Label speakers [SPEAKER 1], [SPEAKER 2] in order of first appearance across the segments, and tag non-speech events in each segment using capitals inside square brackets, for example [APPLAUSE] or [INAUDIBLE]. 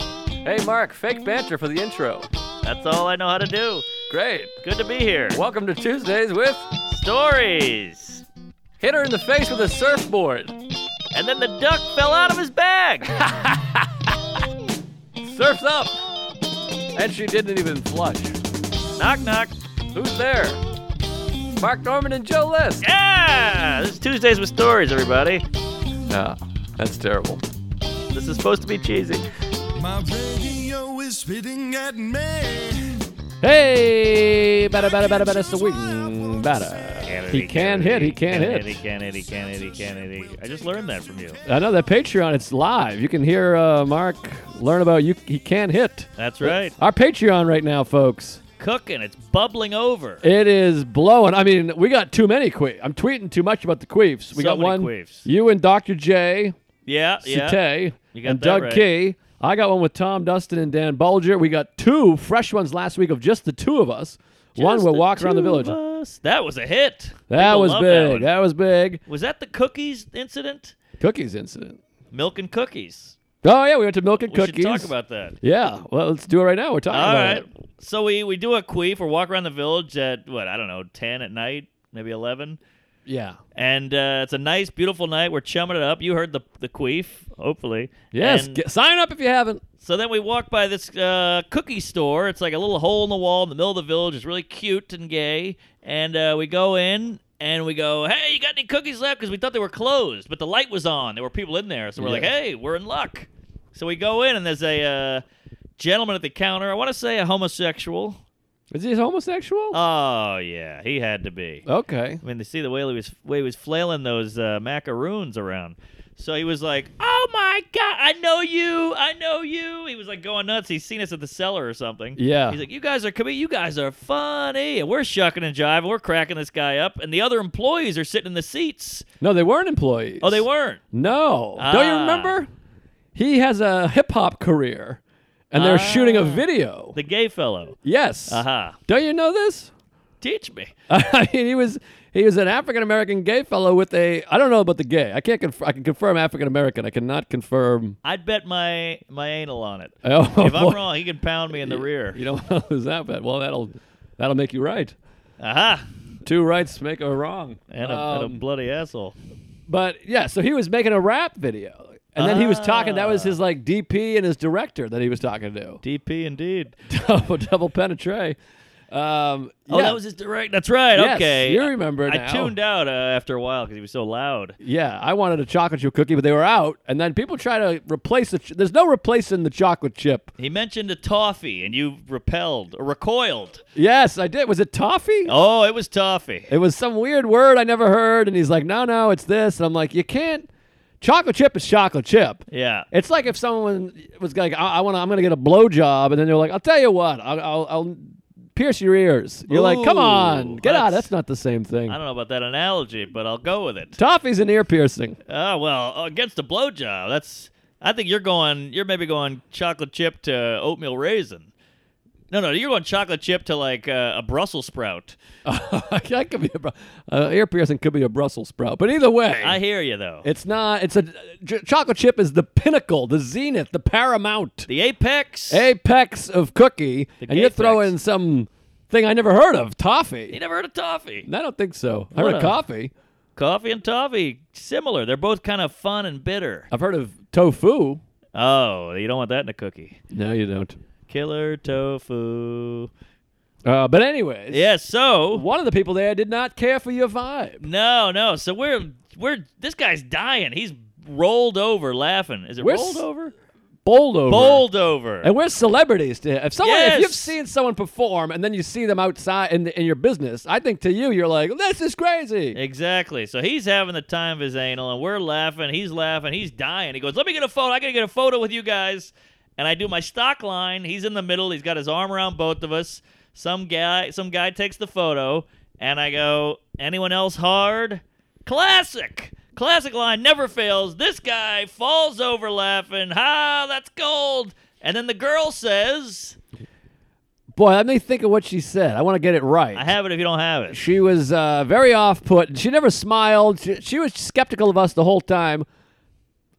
[SPEAKER 1] Hey, Mark, fake banter for the intro.
[SPEAKER 2] That's all I know how to do.
[SPEAKER 1] Great.
[SPEAKER 2] Good to be here.
[SPEAKER 1] Welcome to Tuesdays with
[SPEAKER 2] Stories.
[SPEAKER 1] Hit Her in the Face with a Surfboard.
[SPEAKER 2] And then the duck fell out of his [LAUGHS] bag.
[SPEAKER 1] Surf's up. And she didn't even flush.
[SPEAKER 2] knock knock.
[SPEAKER 1] Who's there? Mark Norman and Joe List.
[SPEAKER 2] Yeah. This is Tuesdays with Stories, everybody.
[SPEAKER 1] No, Ah, that's terrible.
[SPEAKER 2] This is supposed to be cheesy.
[SPEAKER 3] My radio is spitting at me.
[SPEAKER 1] Hey, bada bada bada bada swing bada. He can hit. He can
[SPEAKER 2] Kennedy,
[SPEAKER 1] hit.
[SPEAKER 2] Kennedy, Kennedy, Kennedy. I just learned that from you.
[SPEAKER 1] I know that Patreon. It's live. You can hear uh, Mark learn about you. He can hit.
[SPEAKER 2] That's right.
[SPEAKER 1] Our Patreon right now, folks.
[SPEAKER 2] Cooking. It's bubbling over.
[SPEAKER 1] It is blowing. I mean, we got too many queefs. I'm tweeting too much about the queefs. We
[SPEAKER 2] So
[SPEAKER 1] got
[SPEAKER 2] many
[SPEAKER 1] one.
[SPEAKER 2] queefs.
[SPEAKER 1] You and Dr. J,
[SPEAKER 2] Yeah. Yeah.
[SPEAKER 1] Cite,
[SPEAKER 2] You got
[SPEAKER 1] and
[SPEAKER 2] that
[SPEAKER 1] Doug
[SPEAKER 2] right.
[SPEAKER 1] Key. I got one with Tom Dustin and Dan Bulger. We got two fresh ones last week of just the two of us. one
[SPEAKER 2] Just
[SPEAKER 1] will
[SPEAKER 2] the
[SPEAKER 1] walk around the
[SPEAKER 2] two
[SPEAKER 1] village.
[SPEAKER 2] of us. That was a hit.
[SPEAKER 1] That
[SPEAKER 2] People
[SPEAKER 1] was
[SPEAKER 2] love that
[SPEAKER 1] big.
[SPEAKER 2] one.
[SPEAKER 1] That, was big.
[SPEAKER 2] was that the cookies incident?
[SPEAKER 1] Cookies incident.
[SPEAKER 2] Milk and cookies.
[SPEAKER 1] Oh yeah, we went to milk and
[SPEAKER 2] We
[SPEAKER 1] cookies.
[SPEAKER 2] should talk about that.
[SPEAKER 1] yeah, well, let's do it right now. We're talking
[SPEAKER 2] All
[SPEAKER 1] about
[SPEAKER 2] right.
[SPEAKER 1] it.
[SPEAKER 2] So we, we do a queef or walk around the village at what I don't know ten at night, maybe eleven,
[SPEAKER 1] Yeah.
[SPEAKER 2] and uh, it's a nice, beautiful night. We're chumming it up. You heard the the queef, hopefully.
[SPEAKER 1] Yes.
[SPEAKER 2] And
[SPEAKER 1] get- sign up if you haven't.
[SPEAKER 2] so then we walk by this uh, cookie store. It's like a little hole in the wall in the middle of the village. It's really cute and gay, and uh, we go in. And we go, hey, you got any cookies left? Because we thought they were closed, but the light was on. There were people in there, so we're like,
[SPEAKER 1] Yeah.
[SPEAKER 2] hey, we're in luck. So we go in, and there's a uh, gentleman at the counter. I want to say a homosexual.
[SPEAKER 1] Is he homosexual?
[SPEAKER 2] Oh yeah, he had to be.
[SPEAKER 1] okay.
[SPEAKER 2] I mean, they see the way he was way he was flailing those uh, macaroons around. So he was like, "Oh my god, I know you, I know you." He was like going nuts. He's seen us at the cellar or something.
[SPEAKER 1] Yeah.
[SPEAKER 2] He's like, "You guys are coming. You guys are funny." And we're shucking and jiving. We're cracking this guy up, and the other employees are sitting in the seats.
[SPEAKER 1] No, they weren't employees.
[SPEAKER 2] Oh, they weren't.
[SPEAKER 1] No. Don't you
[SPEAKER 2] Ah.
[SPEAKER 1] remember? He has a hip hop career and they're shooting a
[SPEAKER 2] Ah. Uh-huh.
[SPEAKER 1] video.
[SPEAKER 2] The gay fellow.
[SPEAKER 1] yes.
[SPEAKER 2] Aha.
[SPEAKER 1] Don't you know this? [LAUGHS]
[SPEAKER 2] Teach me.
[SPEAKER 1] I mean, he was he was an African American gay fellow with a I don't know about the gay. I can't conf- I can confirm African American. I cannot confirm. [LAUGHS]
[SPEAKER 2] I'd bet my my anal on it.
[SPEAKER 1] Oh,
[SPEAKER 2] If I'm
[SPEAKER 1] boy.
[SPEAKER 2] wrong, he can pound me in the
[SPEAKER 1] [LAUGHS]
[SPEAKER 2] rear.
[SPEAKER 1] you don't want to lose that bet. Well, that'll that'll make you right.
[SPEAKER 2] Aha.
[SPEAKER 1] Two rights make a wrong.
[SPEAKER 2] And a, and a
[SPEAKER 1] Um,
[SPEAKER 2] bloody asshole.
[SPEAKER 1] But yeah, so he was making a rap video, and then he was talking. That
[SPEAKER 2] Ah.
[SPEAKER 1] was his like DP and his director that he was talking to.
[SPEAKER 2] DP indeed.
[SPEAKER 1] double [LAUGHS] double penetre. Um,
[SPEAKER 2] Oh,
[SPEAKER 1] yeah.
[SPEAKER 2] that was his direct. That's right.
[SPEAKER 1] Yes,
[SPEAKER 2] okay.
[SPEAKER 1] you remember
[SPEAKER 2] I,
[SPEAKER 1] now.
[SPEAKER 2] I tuned out uh, after a while because he was so loud.
[SPEAKER 1] yeah. I wanted a chocolate chip cookie, but they were out. And then people try to replace the. Ch- There's no replacing the chocolate chip.
[SPEAKER 2] He mentioned a toffee and you repelled or recoiled.
[SPEAKER 1] Yes, I did. Was it toffee?
[SPEAKER 2] Oh, it was toffee.
[SPEAKER 1] It was some weird word I never heard. And he's like, no, no, it's this. And I'm like, you can't. Chocolate chip is chocolate chip.
[SPEAKER 2] Yeah.
[SPEAKER 1] It's like if someone was like, I, I want, I'm gonna get a blowjob, and then they're like, I'll tell you what, I'll, I'll, I'll pierce your ears. You're like, come
[SPEAKER 2] Ooh,
[SPEAKER 1] on, get out.
[SPEAKER 2] that's-
[SPEAKER 1] That's not the same thing.
[SPEAKER 2] I don't know about that analogy, but I'll go with it.
[SPEAKER 1] Toffee's an ear piercing.
[SPEAKER 2] Oh, well, against a blowjob. That's. I think you're going. You're maybe going chocolate chip to oatmeal raisin. No, no, you're going chocolate chip to like uh, a Brussels sprout.
[SPEAKER 1] [LAUGHS] that could be a bru- uh, ear piercing could be a Brussels sprout, but either way,
[SPEAKER 2] I hear you though.
[SPEAKER 1] it's not. It's a j- chocolate chip is the pinnacle, the zenith, the paramount
[SPEAKER 2] the apex.
[SPEAKER 1] apex of cookie, and you're
[SPEAKER 2] apex.
[SPEAKER 1] throwing some thing I never heard of, toffee.
[SPEAKER 2] you never heard of toffee?
[SPEAKER 1] I don't think so. I
[SPEAKER 2] What
[SPEAKER 1] heard of
[SPEAKER 2] a-
[SPEAKER 1] coffee.
[SPEAKER 2] Coffee and toffee, similar. They're both kind of fun and bitter.
[SPEAKER 1] I've heard of tofu.
[SPEAKER 2] Oh, you don't want that in a cookie.
[SPEAKER 1] No, you don't.
[SPEAKER 2] Killer tofu.
[SPEAKER 1] Uh, but anyways,
[SPEAKER 2] Yeah, so
[SPEAKER 1] One of the people there did not care for your vibe.
[SPEAKER 2] no, no. So we're we're this guy's dying. He's rolled over laughing. Is it
[SPEAKER 1] We're
[SPEAKER 2] rolled
[SPEAKER 1] s-
[SPEAKER 2] over?
[SPEAKER 1] Bold over.
[SPEAKER 2] Rolled over.
[SPEAKER 1] And we're celebrities. To if someone, if
[SPEAKER 2] Yes.
[SPEAKER 1] you've seen someone perform and then you see them outside in, in your business, I think to you, you're like, this is crazy.
[SPEAKER 2] Exactly. So he's having the time of his anal, and we're laughing. He's laughing. He's dying. He goes, "Let me get a photo. I gotta get a photo with you guys." And I do my stock line. He's in the middle. He's got his arm around both of us. Some guy, some guy takes the photo, and I go, "Anyone else hard?" Classic. Classic line never fails. This guy falls over laughing. Ha! that's gold. And then the girl says,
[SPEAKER 1] Boy, let me think of what she said. I want to get it right.
[SPEAKER 2] "I have it if you don't have it."
[SPEAKER 1] she was uh, very off put. She never smiled. She, she was skeptical of us the whole time.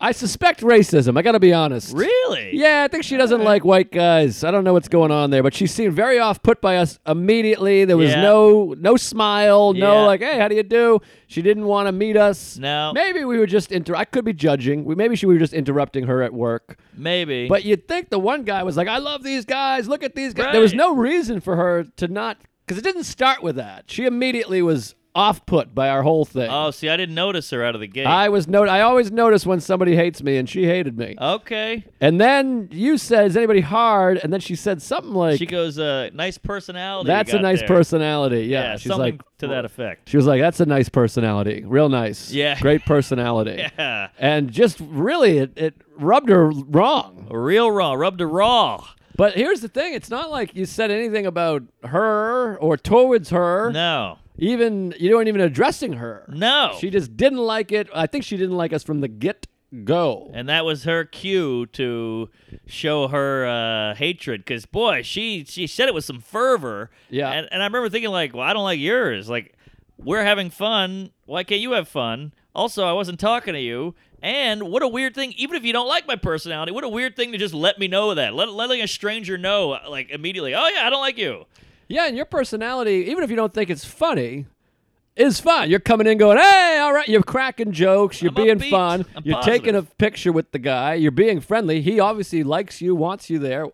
[SPEAKER 1] I suspect racism. I got to be honest.
[SPEAKER 2] Really?
[SPEAKER 1] Yeah, I think she doesn't like white guys. I don't know what's going on there, but she seemed very off put by us immediately. There was
[SPEAKER 2] Yeah.
[SPEAKER 1] no no smile,
[SPEAKER 2] Yeah.
[SPEAKER 1] no like, hey, how do you do? She didn't want to meet us.
[SPEAKER 2] No.
[SPEAKER 1] Maybe we were just inter. I could be judging. We maybe she we were just interrupting her at work.
[SPEAKER 2] Maybe.
[SPEAKER 1] But you'd think the one guy was like, I love these guys. Look at these guys. There was
[SPEAKER 2] Right.
[SPEAKER 1] no reason for her to not, because it didn't start with that. She immediately was off put by our whole thing.
[SPEAKER 2] oh, see, I didn't notice her out of the gate.
[SPEAKER 1] I was no. I always notice when somebody hates me, and she hated me.
[SPEAKER 2] okay.
[SPEAKER 1] And then you said, "Is anybody hard?" And then she said something like,
[SPEAKER 2] She goes, uh, nice personality. you
[SPEAKER 1] "That's a
[SPEAKER 2] got
[SPEAKER 1] nice
[SPEAKER 2] there."
[SPEAKER 1] personality." Yeah,
[SPEAKER 2] Yeah,
[SPEAKER 1] she's
[SPEAKER 2] something
[SPEAKER 1] like
[SPEAKER 2] to that effect.
[SPEAKER 1] She was like, "That's a nice personality, real nice.
[SPEAKER 2] Yeah.
[SPEAKER 1] great personality."
[SPEAKER 2] [LAUGHS] Yeah.
[SPEAKER 1] And just really, it, it rubbed her wrong.
[SPEAKER 2] Real raw. Rubbed her raw.
[SPEAKER 1] But here's the thing: it's not like you said anything about her or towards her.
[SPEAKER 2] No.
[SPEAKER 1] Even you weren't even addressing her.
[SPEAKER 2] No.
[SPEAKER 1] she just didn't like it. I think she didn't like us from the get go.
[SPEAKER 2] and that was her cue to show her uh, hatred because boy she she said it with some fervor
[SPEAKER 1] Yeah.
[SPEAKER 2] and, and i remember thinking like well i don't like yours like we're having fun why can't you have fun also i wasn't talking to you and what a weird thing even if you don't like my personality what a weird thing to just let me know that let, letting a stranger know like immediately oh yeah i don't like you
[SPEAKER 1] Yeah, and your personality, even if you don't think it's funny, is fun. You're coming in going, hey, all right. You're cracking jokes. You're
[SPEAKER 2] I'm
[SPEAKER 1] being
[SPEAKER 2] upbeat.
[SPEAKER 1] fun.
[SPEAKER 2] I'm
[SPEAKER 1] you're
[SPEAKER 2] positive.
[SPEAKER 1] taking a picture with the guy. You're being friendly. He obviously likes you, wants you there.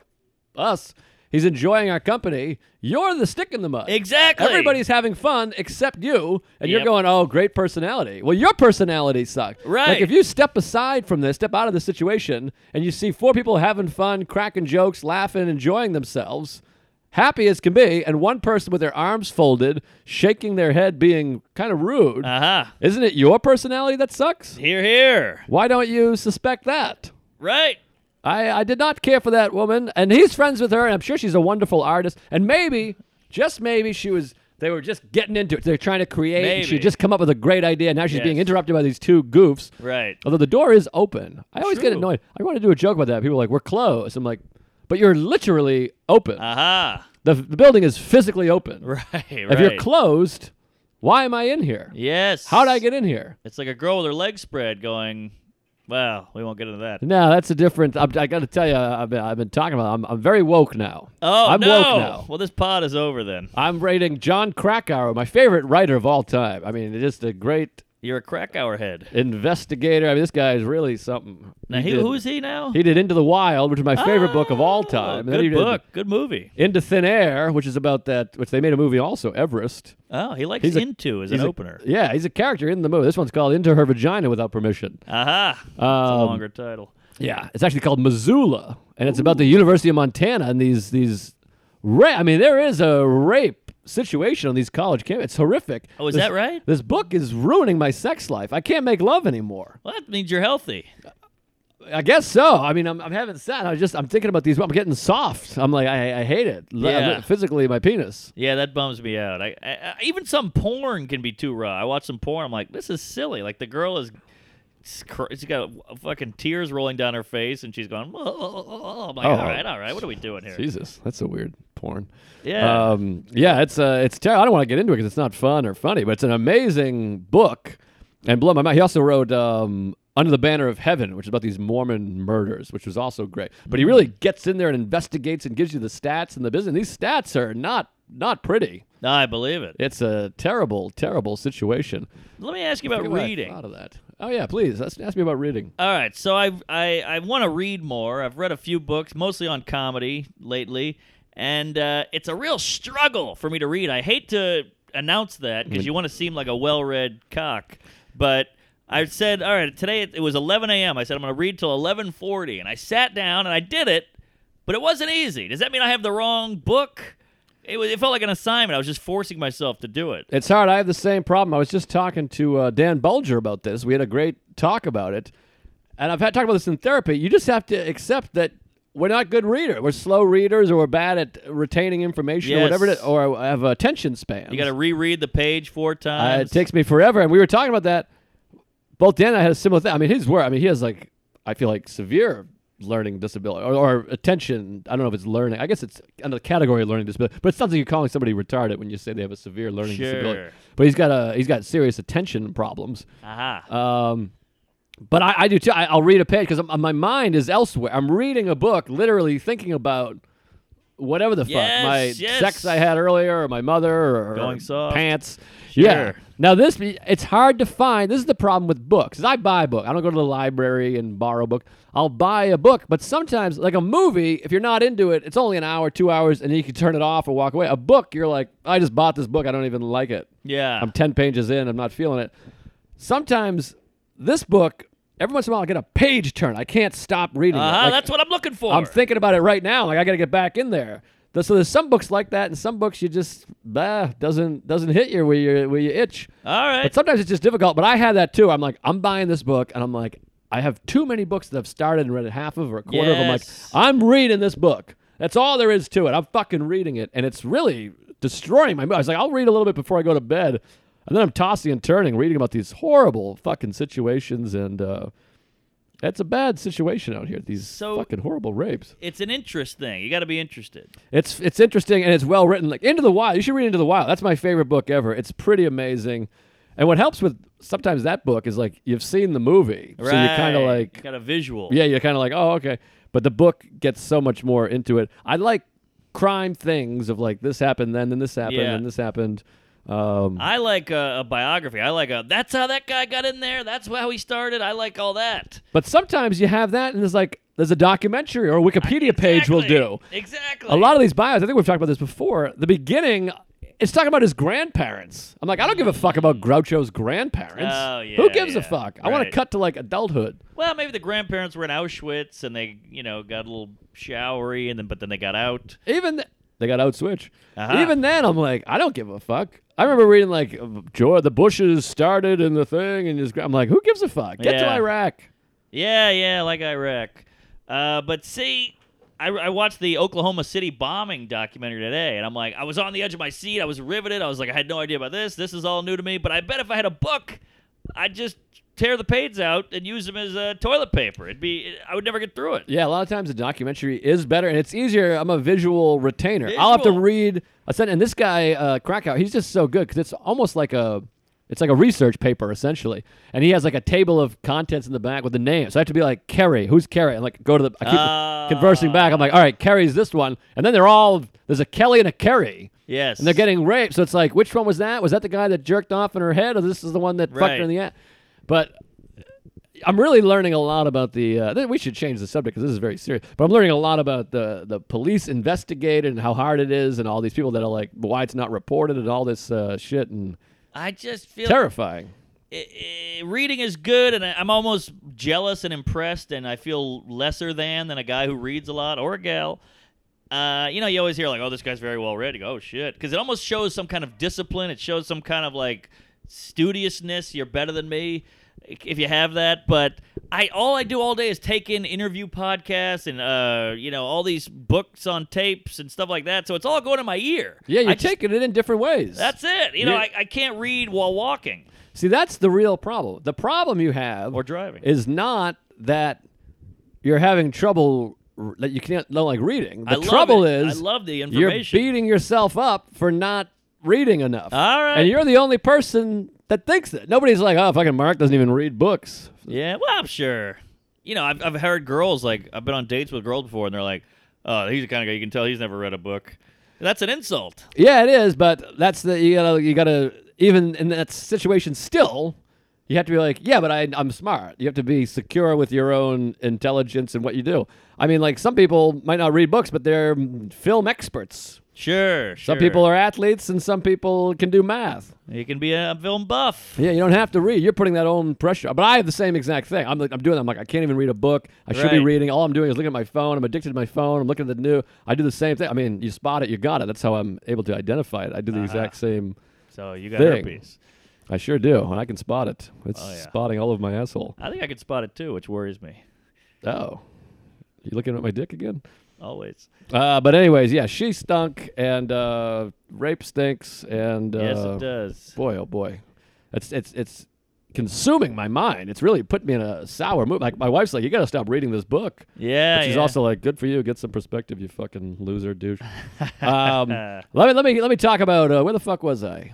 [SPEAKER 1] Us. He's enjoying our company. You're the stick in the mud.
[SPEAKER 2] exactly
[SPEAKER 1] Everybody's having fun except you, and you're
[SPEAKER 2] Yep.
[SPEAKER 1] going, "Oh, great personality." Well, your personality sucked. Like
[SPEAKER 2] Right.
[SPEAKER 1] if you step aside from this, step out of the situation, and you see four people having fun, cracking jokes, laughing, enjoying themselves, happy as can be, and one person with their arms folded, shaking their head, being kind of rude.
[SPEAKER 2] uh-huh
[SPEAKER 1] Isn't it your personality that sucks?
[SPEAKER 2] here here
[SPEAKER 1] Why don't you suspect that?
[SPEAKER 2] right
[SPEAKER 1] I, I did not care for that woman, and he's friends with her, and I'm sure she's a wonderful artist. And maybe, just maybe, she was. They were just getting into it. They're trying to create. and She
[SPEAKER 2] Maybe.
[SPEAKER 1] just come up with a great idea. and Now she's being
[SPEAKER 2] Yes.
[SPEAKER 1] interrupted by these two goofs.
[SPEAKER 2] right
[SPEAKER 1] Although the door is open, I always get
[SPEAKER 2] True.
[SPEAKER 1] annoyed. I want to do a joke about that. People are like, "We're closed." I'm like, "But you're literally open.
[SPEAKER 2] uh-huh [LAUGHS]
[SPEAKER 1] the, the building is physically open.
[SPEAKER 2] right right
[SPEAKER 1] If you're closed, why am I in here?
[SPEAKER 2] yes
[SPEAKER 1] How'd I get in here?"
[SPEAKER 2] It's like a girl with her legs spread going, well, we won't get into that.
[SPEAKER 1] No, that's a different. I'm, I got to tell you, I've been, I've been talking about. I'm, I'm very woke now.
[SPEAKER 2] Oh,
[SPEAKER 1] I'm
[SPEAKER 2] no.
[SPEAKER 1] woke now.
[SPEAKER 2] Well, this pod is over then.
[SPEAKER 1] I'm rating John Krakauer, my favorite writer of all time. I mean, just a great
[SPEAKER 2] You're a crack hour head.
[SPEAKER 1] investigator. I mean, this guy is really something.
[SPEAKER 2] Now, he,
[SPEAKER 1] did,
[SPEAKER 2] who's he now?
[SPEAKER 1] he did Into the Wild, which is my favorite book of all
[SPEAKER 2] Oh,
[SPEAKER 1] time. And then he
[SPEAKER 2] Good
[SPEAKER 1] did
[SPEAKER 2] book. Good movie.
[SPEAKER 1] Into Thin Air, which is about that, which they made a movie also, Everest.
[SPEAKER 2] Oh, he likes
[SPEAKER 1] He's a-
[SPEAKER 2] Into as
[SPEAKER 1] He's
[SPEAKER 2] an
[SPEAKER 1] a-
[SPEAKER 2] opener.
[SPEAKER 1] Yeah, he's a character in the movie. This one's called Into Her Vagina Without Permission.
[SPEAKER 2] Aha. Uh-huh. It's a
[SPEAKER 1] Um,
[SPEAKER 2] longer title.
[SPEAKER 1] Yeah, it's actually called Missoula, and it's about the University of Montana and these these. Ra- I mean, there is a rape situation on these college campuses. It's horrific.
[SPEAKER 2] Oh, is
[SPEAKER 1] This-
[SPEAKER 2] that right?
[SPEAKER 1] This book is ruining my sex life. I can't make love anymore.
[SPEAKER 2] Well, that means you're healthy.
[SPEAKER 1] I guess so. I mean, I'm, I'm having sex. I just I'm thinking about these. I'm getting soft. I'm like I, I hate it. L-
[SPEAKER 2] Yeah.
[SPEAKER 1] Physically, my penis.
[SPEAKER 2] Yeah, that bums me out. I, I, I even some porn can be too raw. I watch some porn. I'm like, this is silly. Like the girl is, she's got fucking tears rolling down her face, and she's going, [LAUGHS] oh, I'm like,
[SPEAKER 1] Oh.
[SPEAKER 2] all right, all right, what are we doing here?
[SPEAKER 1] Jesus, that's a weird porn.
[SPEAKER 2] Yeah.
[SPEAKER 1] Um, yeah, it's uh, it's terrible. I don't want to get into it because it's not fun or funny, but it's an amazing book and blow my mind. He also wrote um, Under the Banner of Heaven, which is about these Mormon murders, which was also great. But he
[SPEAKER 2] Mm.
[SPEAKER 1] really gets in there and investigates and gives you the stats and the business. These stats are not not pretty.
[SPEAKER 2] No, I believe it.
[SPEAKER 1] It's a terrible, terrible situation.
[SPEAKER 2] Let me ask you about
[SPEAKER 1] Forget what I
[SPEAKER 2] reading.
[SPEAKER 1] thought
[SPEAKER 2] All
[SPEAKER 1] of that. Oh yeah, please ask, ask me about reading.
[SPEAKER 2] right, so I've, I I want to read more. I've read a few books, mostly on comedy lately, and uh, it's a real struggle for me to read. I hate to announce that because you want to seem like a well-read cock, but I said, all right, today it, it was 11 a.m. I said I'm going to read till 11:40, and I sat down and I did it, but it wasn't easy. Does that mean I have the wrong book? It, was, it felt like an assignment. I was just forcing myself to do it.
[SPEAKER 1] It's hard. I have the same problem. I was just talking to uh, Dan Bulger about this. We had a great talk about it, and I've had talked about this in therapy. You just have to accept that we're not good readers. We're slow readers, or we're bad at retaining information, or whatever it is,
[SPEAKER 2] Yes.
[SPEAKER 1] or have attention span.
[SPEAKER 2] You got to reread the page four
[SPEAKER 1] Uh,
[SPEAKER 2] times.
[SPEAKER 1] it takes me forever. And we were talking about that. Both Dan and I had a similar thing. I mean, his work. I mean, he has like I feel like severe learning disability or, or attention. I don't know if it's learning. I guess it's under the category of learning disability, but it's something you're calling somebody retarded when you say they have a severe learning
[SPEAKER 2] Sure.
[SPEAKER 1] Uh, disability. But he's got a he's got serious attention problems.
[SPEAKER 2] Aha.
[SPEAKER 1] Um, But I, I do too. I, I'll read a page because my mind is elsewhere. I'm reading a book, literally thinking about whatever the
[SPEAKER 2] Yes,
[SPEAKER 1] fuck my
[SPEAKER 2] yes.
[SPEAKER 1] sex I had earlier, or my mother, or
[SPEAKER 2] Going soft.
[SPEAKER 1] pants. Yeah.
[SPEAKER 2] Sure.
[SPEAKER 1] Now this be- it's hard to find. This is the problem with books. Is I buy a book. I don't go to the library and borrow a book. I'll buy a book, but sometimes like a movie, if you're not into it, it's only an hour, two hours, and then you can turn it off or walk away. A book, you're like, I just bought this book. I don't even like it.
[SPEAKER 2] Yeah.
[SPEAKER 1] I'm 10 pages in. I'm not feeling it. Sometimes this book, every once in a while, I get a page turn. I can't stop reading
[SPEAKER 2] uh-huh,
[SPEAKER 1] it. Like,
[SPEAKER 2] that's what I'm looking for.
[SPEAKER 1] I'm thinking about it right now. Like, I got to get back in there. Th- So there's some books like that, and some books you just bah, doesn't doesn't hit you where you where you itch.
[SPEAKER 2] All right.
[SPEAKER 1] But sometimes it's just difficult. But I had that too. I'm like, I'm buying this book, and I'm like, I have too many books that I've started and read half of or a quarter
[SPEAKER 2] Yes.
[SPEAKER 1] of. I'm like, I'm reading this book. That's all there is to it. I'm fucking reading it, and it's really destroying my mood. I was like, I'll read a little bit before I go to bed, and then I'm tossing and turning, reading about these horrible fucking situations, and uh, it's a bad situation out here. These
[SPEAKER 2] So-
[SPEAKER 1] fucking horrible rapes.
[SPEAKER 2] it's an interest thing. You got to be interested.
[SPEAKER 1] It's it's interesting and it's well written. Like Into the Wild, you should read Into the Wild. That's my favorite book ever. It's pretty amazing. And what helps with sometimes that book is like you've seen the movie, so you're kind of
[SPEAKER 2] Right.
[SPEAKER 1] like,
[SPEAKER 2] you got a visual.
[SPEAKER 1] yeah, you're kind of like, oh, okay. But the book gets so much more into it. I like crime things of like this happened, then then this happened,
[SPEAKER 2] Yeah.
[SPEAKER 1] then this happened. Um,
[SPEAKER 2] I like uh, a biography. I like a. That's how that guy got in there. That's how he started. I like all that.
[SPEAKER 1] but sometimes you have that, and there's like there's a documentary or a Wikipedia page will do.
[SPEAKER 2] Exactly. Exactly.
[SPEAKER 1] a lot of these bios, I think we've talked about this before. The beginning, it's talking about his grandparents. I'm like, I don't give a fuck about Groucho's grandparents.
[SPEAKER 2] Oh, yeah,
[SPEAKER 1] Who gives a
[SPEAKER 2] yeah.
[SPEAKER 1] fuck? I want to
[SPEAKER 2] Right.
[SPEAKER 1] cut to like adulthood.
[SPEAKER 2] Well, maybe the grandparents were in Auschwitz and they, you know, got a little showery and then, but then they got out.
[SPEAKER 1] Even th- they got out switch.
[SPEAKER 2] Uh-huh.
[SPEAKER 1] Even then, I'm like, I don't give a fuck. I remember reading like George, the Bushes started in the thing, and his. gra- I'm like, who gives a fuck? Get to
[SPEAKER 2] Yeah.
[SPEAKER 1] Iraq.
[SPEAKER 2] Yeah, yeah, like Iraq. Uh, but see, I, I watched the Oklahoma City bombing documentary today, and I'm like, I was on the edge of my seat. I was riveted. I was like, I had no idea about this. This is all new to me. But I bet if I had a book, I'd just tear the pages out and use them as uh, toilet paper. It'd be, I would never get through it.
[SPEAKER 1] Yeah, a lot of times the documentary is better and it's easier. I'm a visual retainer. I'll have to
[SPEAKER 2] Visual.
[SPEAKER 1] read a sentence. And this guy, uh, Krakow, he's just so good because it's almost like a, it's like a research paper essentially. And he has like a table of contents in the back with the names. So I have to be like Kerry, who's Kerry? And like go to the, I keep
[SPEAKER 2] Ah.
[SPEAKER 1] conversing back. I'm like, all right, Kerry's this one, and then they're all there's a Kelly and a Kerry.
[SPEAKER 2] Yes.
[SPEAKER 1] And they're getting raped. So it's like, which one was that? Was that the guy that jerked off in her head, or this is the one that fucked
[SPEAKER 2] Right.
[SPEAKER 1] her in the ass? But I'm really learning a lot about the. Uh, th- we should change the subject because this is very serious. But I'm learning a lot about the the police investigated and how hard it is, and all these people that are like, why it's not reported, and all this uh, shit, and
[SPEAKER 2] I just feel
[SPEAKER 1] terrifying.
[SPEAKER 2] i- i- reading is good, and I- I'm almost jealous and impressed, and I feel lesser than than a guy who reads a lot or a gal. Uh, you know, you always hear like, "Oh, this guy's very well read." You go, "Oh shit," because it almost shows some kind of discipline. It shows some kind of like studiousness. You're better than me if you have that. But I all I do all day is take in interview podcasts and uh, you know, all these books on tapes and stuff like that. So it's all going in my ear.
[SPEAKER 1] Yeah, you're
[SPEAKER 2] I just-
[SPEAKER 1] taking it in different ways.
[SPEAKER 2] that's it. You know,
[SPEAKER 1] You-
[SPEAKER 2] I, I can't read while walking
[SPEAKER 1] See, that's the real problem. The problem you have
[SPEAKER 2] or driving.
[SPEAKER 1] is not that you're having trouble r- that you can't don't like reading. The
[SPEAKER 2] I love
[SPEAKER 1] trouble
[SPEAKER 2] it.
[SPEAKER 1] is
[SPEAKER 2] I love the
[SPEAKER 1] you're
[SPEAKER 2] information.
[SPEAKER 1] beating yourself up for not reading enough.
[SPEAKER 2] All right.
[SPEAKER 1] And you're the only person that thinks that. Nobody's like, oh, fucking Mark doesn't even read books.
[SPEAKER 2] yeah, well, I'm sure. You know, I've, I've heard girls like I've been on dates with girls before, and they're like, "Oh, he's the kind of guy you can tell he's never read a book." That's an insult.
[SPEAKER 1] Yeah, it is, but that's the you gotta you gotta even in that situation still. You have to be like, yeah, but I, I'm smart. You have to be secure with your own intelligence and what you do. I mean, like some people might not read books, but they're mm, film experts.
[SPEAKER 2] Sure, sure.
[SPEAKER 1] Some people are athletes, and some people can do math.
[SPEAKER 2] You can be a film buff.
[SPEAKER 1] Yeah, you don't have to read. You're putting that own pressure. But I have the same exact thing. I'm like, I'm doing. I'm like, I can't even read a book. I should be
[SPEAKER 2] Right.
[SPEAKER 1] reading. All I'm doing is looking at my phone. I'm addicted to my phone. I'm looking at the new. I do the same thing. I mean, you spot it, you got it. That's how I'm able to identify it. I
[SPEAKER 2] Uh-huh.
[SPEAKER 1] do the exact same.
[SPEAKER 2] So you got
[SPEAKER 1] Thing.
[SPEAKER 2] herpes.
[SPEAKER 1] I sure do, and I can spot it. It's
[SPEAKER 2] Oh, yeah.
[SPEAKER 1] spotting all over my asshole.
[SPEAKER 2] I think I could spot it too, which worries me
[SPEAKER 1] Oh, you looking at my dick again?
[SPEAKER 2] always.
[SPEAKER 1] Uh, but anyways, yeah, she stunk, and uh, rape stinks, and uh,
[SPEAKER 2] yes, it does.
[SPEAKER 1] boy, oh boy, it's it's it's consuming my mind. It's really put me in a sour mood. Like my wife's like, you got to stop reading this book.
[SPEAKER 2] Yeah,
[SPEAKER 1] But she's
[SPEAKER 2] Oh, yeah.
[SPEAKER 1] also like, good for you, get some perspective, you
[SPEAKER 2] [LAUGHS]
[SPEAKER 1] fucking loser douche. um, let me let me let me talk about uh, where the fuck was I?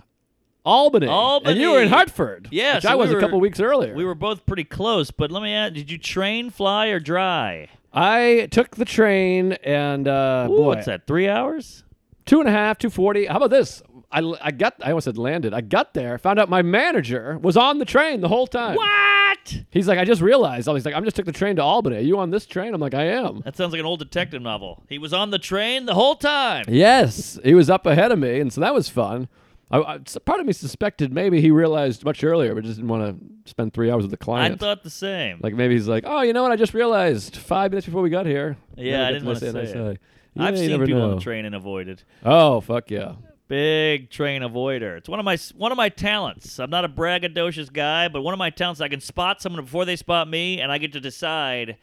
[SPEAKER 1] Albany. And you were in
[SPEAKER 2] Albany.
[SPEAKER 1] Hartford.
[SPEAKER 2] Yeah,
[SPEAKER 1] Which
[SPEAKER 2] so
[SPEAKER 1] I
[SPEAKER 2] we
[SPEAKER 1] was
[SPEAKER 2] were-
[SPEAKER 1] a couple weeks earlier.
[SPEAKER 2] We were both pretty close, but let me ask: Did you train, fly, or dry?
[SPEAKER 1] I took the train and uh,
[SPEAKER 2] Ooh,
[SPEAKER 1] boy,
[SPEAKER 2] what's that? Three hours?
[SPEAKER 1] Two and a half, two forty. How about this? I, I got. I almost said landed. I got there, found out my manager was on the train the whole time.
[SPEAKER 2] What?
[SPEAKER 1] He's like, I just realized. I was like, I just took the train to Albany. Are you on this train? I'm like, I am.
[SPEAKER 2] That sounds like an old detective novel. He was on the train the whole time.
[SPEAKER 1] Yes, he was up ahead of me, and so that was fun. I, I, s- part of me suspected maybe he realized much earlier, but just didn't want to spend three hours with the
[SPEAKER 2] I
[SPEAKER 1] client.
[SPEAKER 2] thought the same.
[SPEAKER 1] like maybe he's like, oh, you know what? I just realized five minutes before we got here.
[SPEAKER 2] Yeah,
[SPEAKER 1] Never
[SPEAKER 2] I
[SPEAKER 1] get
[SPEAKER 2] didn't
[SPEAKER 1] to
[SPEAKER 2] wanna
[SPEAKER 1] this end,
[SPEAKER 2] say
[SPEAKER 1] I
[SPEAKER 2] it. I've
[SPEAKER 1] Yeah, you
[SPEAKER 2] seen
[SPEAKER 1] never
[SPEAKER 2] people on
[SPEAKER 1] know.
[SPEAKER 2] the train and avoid it.
[SPEAKER 1] Oh fuck yeah!
[SPEAKER 2] Big train avoider. It's one of my one of my talents. I'm not a braggadocious guy, but one of my talents I can spot someone before they spot me, and I get to decide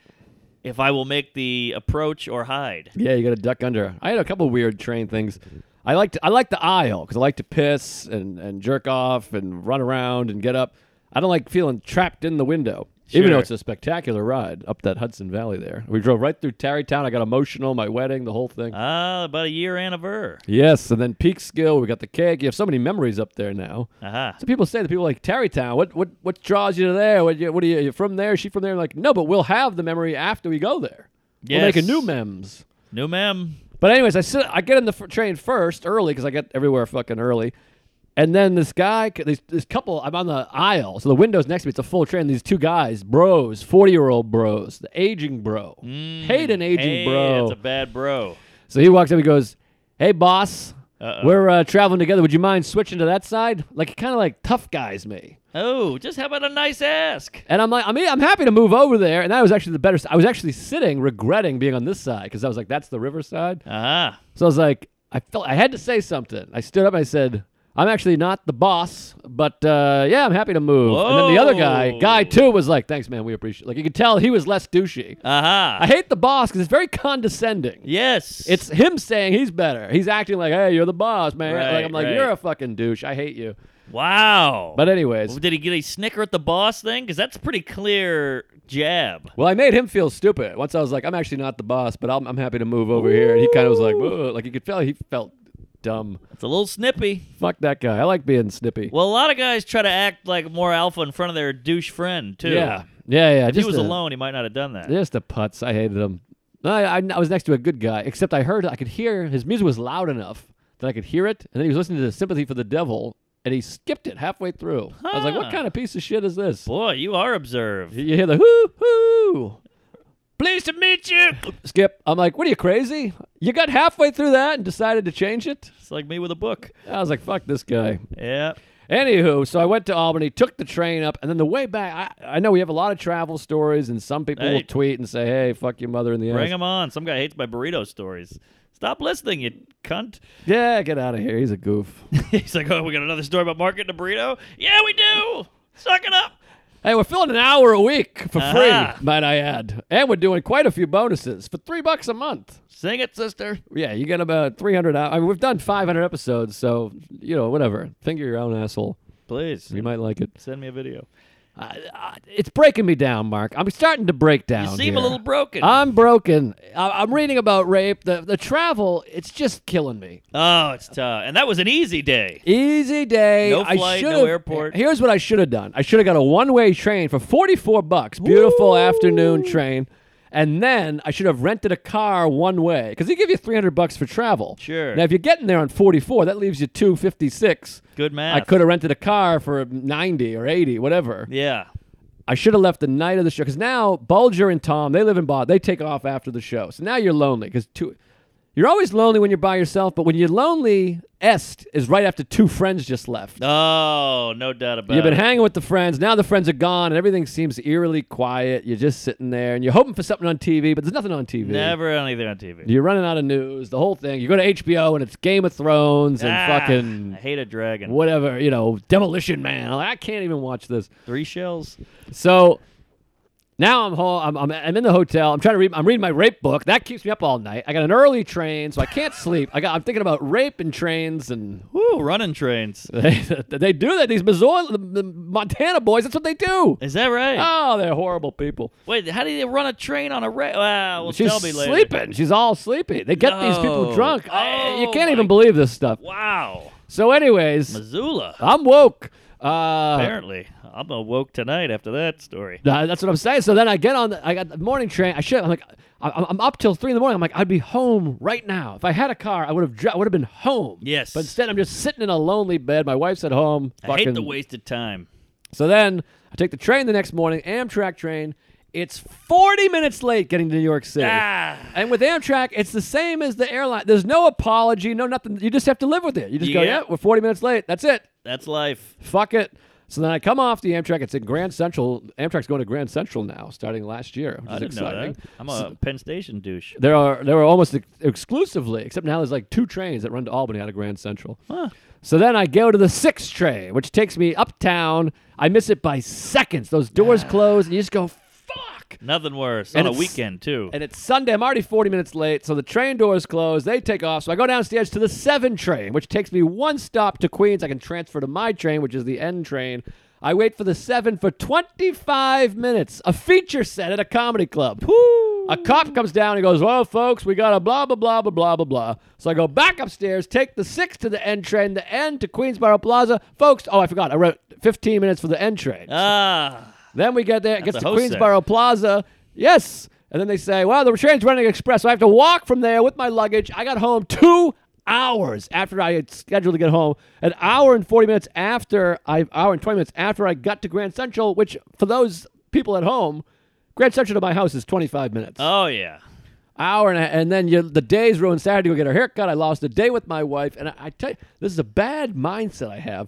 [SPEAKER 2] if I will make the approach or hide.
[SPEAKER 1] Yeah, you got to duck under. I had a couple weird train things. I liked I like the aisle because I like to piss and, and jerk off and run around and get up. I don't like feeling trapped in the window, even though
[SPEAKER 2] Sure.
[SPEAKER 1] it's a spectacular ride up that Hudson Valley. There, we drove right through Tarrytown. I got emotional, my wedding, the whole thing.
[SPEAKER 2] Ah, about a year anniversary.
[SPEAKER 1] yes, and then Peekskill. We got the cake. You have so many memories up there now.
[SPEAKER 2] Uh-huh.
[SPEAKER 1] So people say that people are like Tarrytown. What what what draws you to there? What you, what are you, you from there? Is she from there? I'm like no, but we'll have the memory after we go there. We'll make a
[SPEAKER 2] Yes.
[SPEAKER 1] new mems.
[SPEAKER 2] New mem.
[SPEAKER 1] But anyways, I sit, I get in the f- train first early because I get everywhere fucking early, and then this guy, c- these, this couple, I'm on the aisle, so the windows next to me. It's a full train. These two guys, bros, forty year old bros, the aging bro, hate an aging
[SPEAKER 2] Mm, Hey,
[SPEAKER 1] bro.
[SPEAKER 2] That's a bad bro.
[SPEAKER 1] so he walks up, he goes, "Hey boss,
[SPEAKER 2] Uh-oh.
[SPEAKER 1] we're uh, traveling together. Would you mind switching to that side? Like kind of like tough guys me."
[SPEAKER 2] Oh, just how about a nice ask?
[SPEAKER 1] And I'm like, I mean, I'm happy to move over there, and that was actually the better. s- I was actually sitting, regretting being on this side because I was like, "That's the river side."
[SPEAKER 2] Uh-huh.
[SPEAKER 1] So I was like, I felt I had to say something. I stood up and I said, I'm actually not the boss, but uh, yeah, I'm happy to move. And then the other guy,
[SPEAKER 2] Whoa.
[SPEAKER 1] guy two, was like, thanks, man, we appreciate. Like you could tell he was less douchey.
[SPEAKER 2] Uh-huh.
[SPEAKER 1] I hate the boss because it's very condescending.
[SPEAKER 2] yes.
[SPEAKER 1] It's him saying he's better. He's acting like, hey, you're the boss, man.
[SPEAKER 2] Right,
[SPEAKER 1] like I'm like,
[SPEAKER 2] right.
[SPEAKER 1] you're a fucking douche. I hate you.
[SPEAKER 2] Wow.
[SPEAKER 1] But anyways,
[SPEAKER 2] Did he get a snicker at the boss thing? Because that's pretty clear jab.
[SPEAKER 1] well, I made him feel stupid. Once I was like, I'm actually not the boss, but I'm, I'm happy to move over here. And he kind of was like, Whoa. like you could tell he felt dumb.
[SPEAKER 2] It's a little snippy.
[SPEAKER 1] Fuck that guy. I like being snippy.
[SPEAKER 2] Well, a lot of guys try to act like more alpha in front of their douche friend too.
[SPEAKER 1] Yeah, yeah, yeah.
[SPEAKER 2] If
[SPEAKER 1] just
[SPEAKER 2] he was
[SPEAKER 1] a-
[SPEAKER 2] alone, he might not have done that.
[SPEAKER 1] Just the putts. I hated them. I, I, I was next to a good guy, except I heard, I could hear, his music was loud enough that I could hear it. And then he was listening to Sympathy for the Devil, and he skipped it halfway through. I was like, what
[SPEAKER 2] Huh.
[SPEAKER 1] kind of piece of shit is this?
[SPEAKER 2] Boy, you are observed.
[SPEAKER 1] You hear the hoo hoo.
[SPEAKER 2] Pleased to meet you.
[SPEAKER 1] Skip. I'm like, what are you crazy? You got halfway through that and decided to change it?
[SPEAKER 2] [LAUGHS] it's like me with a book.
[SPEAKER 1] I was like, fuck this guy.
[SPEAKER 2] Yeah.
[SPEAKER 1] Anywho, so I went to Albany, took the train up, and then the way back, I, I know we have a lot of travel stories, and some people
[SPEAKER 2] Hey.
[SPEAKER 1] will tweet and say, hey, fuck your mother in the ass.
[SPEAKER 2] Bring him on. Some guy hates my burrito stories. Stop listening, you cunt.
[SPEAKER 1] Yeah, get out of here. He's a goof.
[SPEAKER 2] [LAUGHS] He's like, oh, we got another story about market and a burrito? Yeah, we do. Suck it up.
[SPEAKER 1] [LAUGHS] Hey, we're filling an hour a week for
[SPEAKER 2] Ah.
[SPEAKER 1] free, might I add. And we're doing quite a few bonuses for three bucks a month.
[SPEAKER 2] Sing it, sister.
[SPEAKER 1] Yeah, you get about 300 hours. I mean, we've done 500 episodes, so, you know, whatever. Finger your own asshole.
[SPEAKER 2] Please
[SPEAKER 1] You might like it.
[SPEAKER 2] send me a video.
[SPEAKER 1] I, I, it's breaking me down, Mark. I'm starting to break down.
[SPEAKER 2] You seem
[SPEAKER 1] here.
[SPEAKER 2] a little broken.
[SPEAKER 1] I'm broken. I, I'm reading about rape. The, the travel, it's just killing me.
[SPEAKER 2] oh, it's tough. And that was an easy day.
[SPEAKER 1] Easy day.
[SPEAKER 2] No
[SPEAKER 1] I
[SPEAKER 2] flight, no
[SPEAKER 1] should've-
[SPEAKER 2] airport.
[SPEAKER 1] Here's what I should have done. I should have got a one-way train for 44 bucks. Beautiful afternoon train. And then I should have rented a car one way because they give you 300 bucks for travel.
[SPEAKER 2] Sure.
[SPEAKER 1] Now if you're getting there on 44, that leaves you 256.
[SPEAKER 2] Good math.
[SPEAKER 1] I could have rented a car for 90 or 80, whatever.
[SPEAKER 2] Yeah.
[SPEAKER 1] I should have left the night of the show because now Bulger and Tom they live in Boston. They take off after the show, so now you're lonely because two. You're always lonely when you're by yourself, but when you're lonely, est is right after two friends just left.
[SPEAKER 2] Oh, no doubt about
[SPEAKER 1] You've
[SPEAKER 2] it.
[SPEAKER 1] been hanging with the friends. Now the friends are gone, and everything seems eerily quiet. You're just sitting there, and you're hoping for something on TV, but there's nothing on TV.
[SPEAKER 2] Never anything on TV.
[SPEAKER 1] You're running out of news. The whole thing. You go to HBO, and it's Game of Thrones and
[SPEAKER 2] Ah,
[SPEAKER 1] fucking
[SPEAKER 2] I hate a dragon.
[SPEAKER 1] whatever. You know, Demolition Man. I'm like, I can't even watch this.
[SPEAKER 2] Three shells.
[SPEAKER 1] So now I'm home. I'm, I'm, I'm in the hotel. I'm trying to read. I'm reading my rape book. That keeps me up all night. I got an early train, so I can't sleep. I got. I'm thinking about rape and trains, and [LAUGHS]
[SPEAKER 2] Woo, running trains.
[SPEAKER 1] they, they do that. These Missouri, the, the Montana boys. That's what they do.
[SPEAKER 2] Is that right?
[SPEAKER 1] Oh, they're horrible people.
[SPEAKER 2] Wait, how do they run a train on a rail? Ah, well,
[SPEAKER 1] She's
[SPEAKER 2] tell me later.
[SPEAKER 1] sleeping. She's all sleepy. They get these people
[SPEAKER 2] No.
[SPEAKER 1] drunk. I- you
[SPEAKER 2] Oh
[SPEAKER 1] can't
[SPEAKER 2] my-
[SPEAKER 1] even believe this stuff.
[SPEAKER 2] Wow.
[SPEAKER 1] So, anyways,
[SPEAKER 2] Missoula.
[SPEAKER 1] I'm woke. Uh,
[SPEAKER 2] Apparently, I'm awoke tonight after that story.
[SPEAKER 1] Uh, that's what I'm saying. So then I get on. The, I got the morning train. I should. I'm like, I, I'm- I'm up till three in the morning. I'm like, I'd be home right now if I had a car. I would have. Dri- I would have been home.
[SPEAKER 2] Yes.
[SPEAKER 1] But instead, I'm just sitting in a lonely bed. My wife's at home.
[SPEAKER 2] I hate the
[SPEAKER 1] fucking-
[SPEAKER 2] wasted time.
[SPEAKER 1] So then I take the train the next morning. Amtrak train. It's 40 minutes late getting to New York City.
[SPEAKER 2] Ah,
[SPEAKER 1] And with Amtrak, it's the same as the airline. There's no apology, no nothing. You just have to live with it. You just go,
[SPEAKER 2] Yeah.
[SPEAKER 1] yeah, we're 40 minutes late. That's it.
[SPEAKER 2] that's life.
[SPEAKER 1] Fuck it. So then I come off the Amtrak. It's in Grand Central. Amtrak's going to Grand Central now, starting last year, which
[SPEAKER 2] I
[SPEAKER 1] is
[SPEAKER 2] didn't know
[SPEAKER 1] exciting.
[SPEAKER 2] that. I'm a Penn Station douche.
[SPEAKER 1] There are there were almost ex- exclusively, except now there's like two trains that run to Albany out of Grand Central. So then I go to the sixth train, which takes me uptown. I miss it by seconds. Those doors close, and you just go fuck.
[SPEAKER 2] Nothing worse
[SPEAKER 1] And
[SPEAKER 2] on a
[SPEAKER 1] it's-
[SPEAKER 2] weekend too.
[SPEAKER 1] And it's Sunday. I'm already 40 minutes late, so the train doors close. They take off. So I go downstairs to the 7 train, which takes me one stop to Queens. I can transfer to my train, which is the N train. I wait for the 7 for 25 minutes. A feature set at a comedy club. A cop comes down and goes, Well, folks, we got a blah, blah, blah, blah, blah, blah, blah. So I go back upstairs, take the 6 to the N train, the N to Queensboro Plaza. Folks, oh, I forgot. I wrote 15 minutes for the N train.
[SPEAKER 2] Ah,
[SPEAKER 1] Then we get there, it gets
[SPEAKER 2] a
[SPEAKER 1] to
[SPEAKER 2] host
[SPEAKER 1] Queensboro Plaza. Yes. And then they say, well, the train's running express, so I have to walk from there with my luggage. I got home two hours after I had scheduled to get home, an hour and 40 minutes after I, hour and 20 minutes after I got to Grand Central, which for those people at home, Grand Central to my house is 25 minutes.
[SPEAKER 2] oh yeah.
[SPEAKER 1] Hour and a, and then you, the day's ruined. Saturday to go get her haircut. I lost a day with my wife, and I, I tell you, this is a bad mindset I have.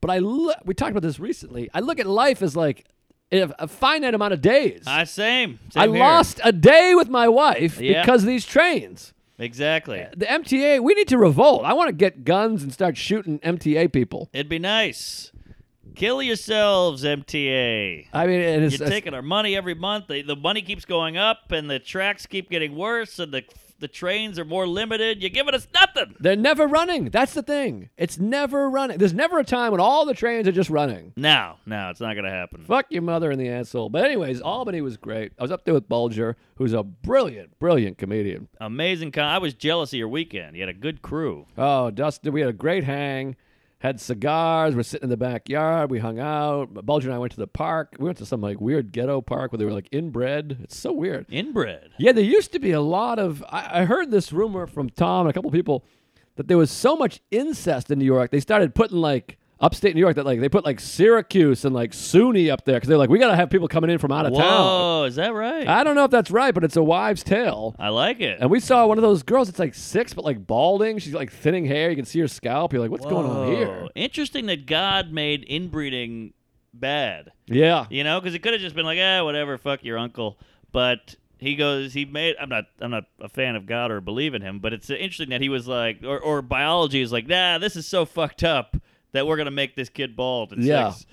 [SPEAKER 1] But I look, we talked about this recently. I look at life as like if, a finite amount of days.
[SPEAKER 2] I same.
[SPEAKER 1] I
[SPEAKER 2] same here.
[SPEAKER 1] lost a day with my wife
[SPEAKER 2] Yeah.
[SPEAKER 1] because of these trains.
[SPEAKER 2] exactly.
[SPEAKER 1] The MTA, we need to revolt. I want to get guns and start shooting MTA people.
[SPEAKER 2] It'd be nice. Kill yourselves, MTA.
[SPEAKER 1] I mean, it is,
[SPEAKER 2] You're taking our money every month. The, the money keeps going up, and the tracks keep getting worse, and the the trains are more limited. You're giving us nothing.
[SPEAKER 1] they're never running. That's the thing. It's never running. There's never a time when all the trains are just running.
[SPEAKER 2] No, no, it's not gonna happen.
[SPEAKER 1] Fuck your mother and the asshole. But anyways, Albany was great. I was up there with Bulger, who's a brilliant, brilliant comedian.
[SPEAKER 2] Amazing con. I was jealous of your weekend. You had a good crew.
[SPEAKER 1] Oh, Dustin, we had a great hang. Had cigars. We're sitting in the backyard. We hung out. Bulger and I went to the park. We went to some like weird ghetto park where they were like inbred. It's so weird.
[SPEAKER 2] Inbred.
[SPEAKER 1] Yeah, there used to be a lot of. I, I heard this rumor from Tom and a couple people that there was so much incest in New York. They started putting like upstate New York that like they put like Syracuse and like SUNY up there because they're like we gotta have people coming in from out of town.
[SPEAKER 2] Whoa, is that right? I,
[SPEAKER 1] I don't know if that's right, but it's a wives' tale.
[SPEAKER 2] like it.
[SPEAKER 1] And we saw one of those girls. It's like six, but like balding. She's like thinning hair. You can see her scalp. You're like, what's going on here?
[SPEAKER 2] Whoa. Interesting that God made inbreeding bad.
[SPEAKER 1] Yeah.
[SPEAKER 2] You know, because it could have just been like, eh, whatever, fuck your uncle. But he goes, he made. I'm not. I'm not a fan of God or believe in him. But it's interesting that he was like, or, or biology is like, nah, this is so fucked up that we're gonna make this kid bald. And
[SPEAKER 1] Yeah.
[SPEAKER 2] sex."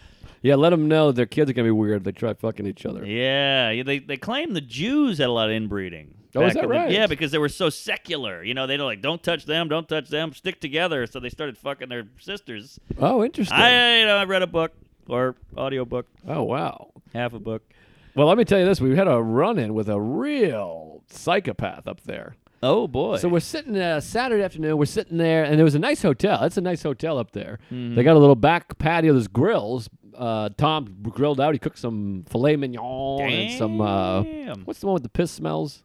[SPEAKER 1] Yeah. Let them know their kids are gonna be weird. if They try fucking each other.
[SPEAKER 2] Yeah, yeah, they they claim the Jews had a lot of inbreeding.
[SPEAKER 1] Oh, is
[SPEAKER 2] back
[SPEAKER 1] that
[SPEAKER 2] in the-
[SPEAKER 1] right?
[SPEAKER 2] yeah, because they were so secular. You know, they were like, don't touch them, don't touch them, stick together. So they started fucking their sisters.
[SPEAKER 1] Oh, interesting.
[SPEAKER 2] I, you know, I read a book or audio book,
[SPEAKER 1] oh, wow.
[SPEAKER 2] half a book.
[SPEAKER 1] Well, let me tell you this. We had a run in with a real psychopath up there.
[SPEAKER 2] Oh boy.
[SPEAKER 1] So we're sitting uh, Saturday afternoon. We're sitting there, and there was a nice hotel. It's a nice hotel up there. They got a little back patio. There's grills. Uh, Tom grilled out. He cooked some filet mignon and some uh,
[SPEAKER 2] Damn.
[SPEAKER 1] what's the one with the piss smells?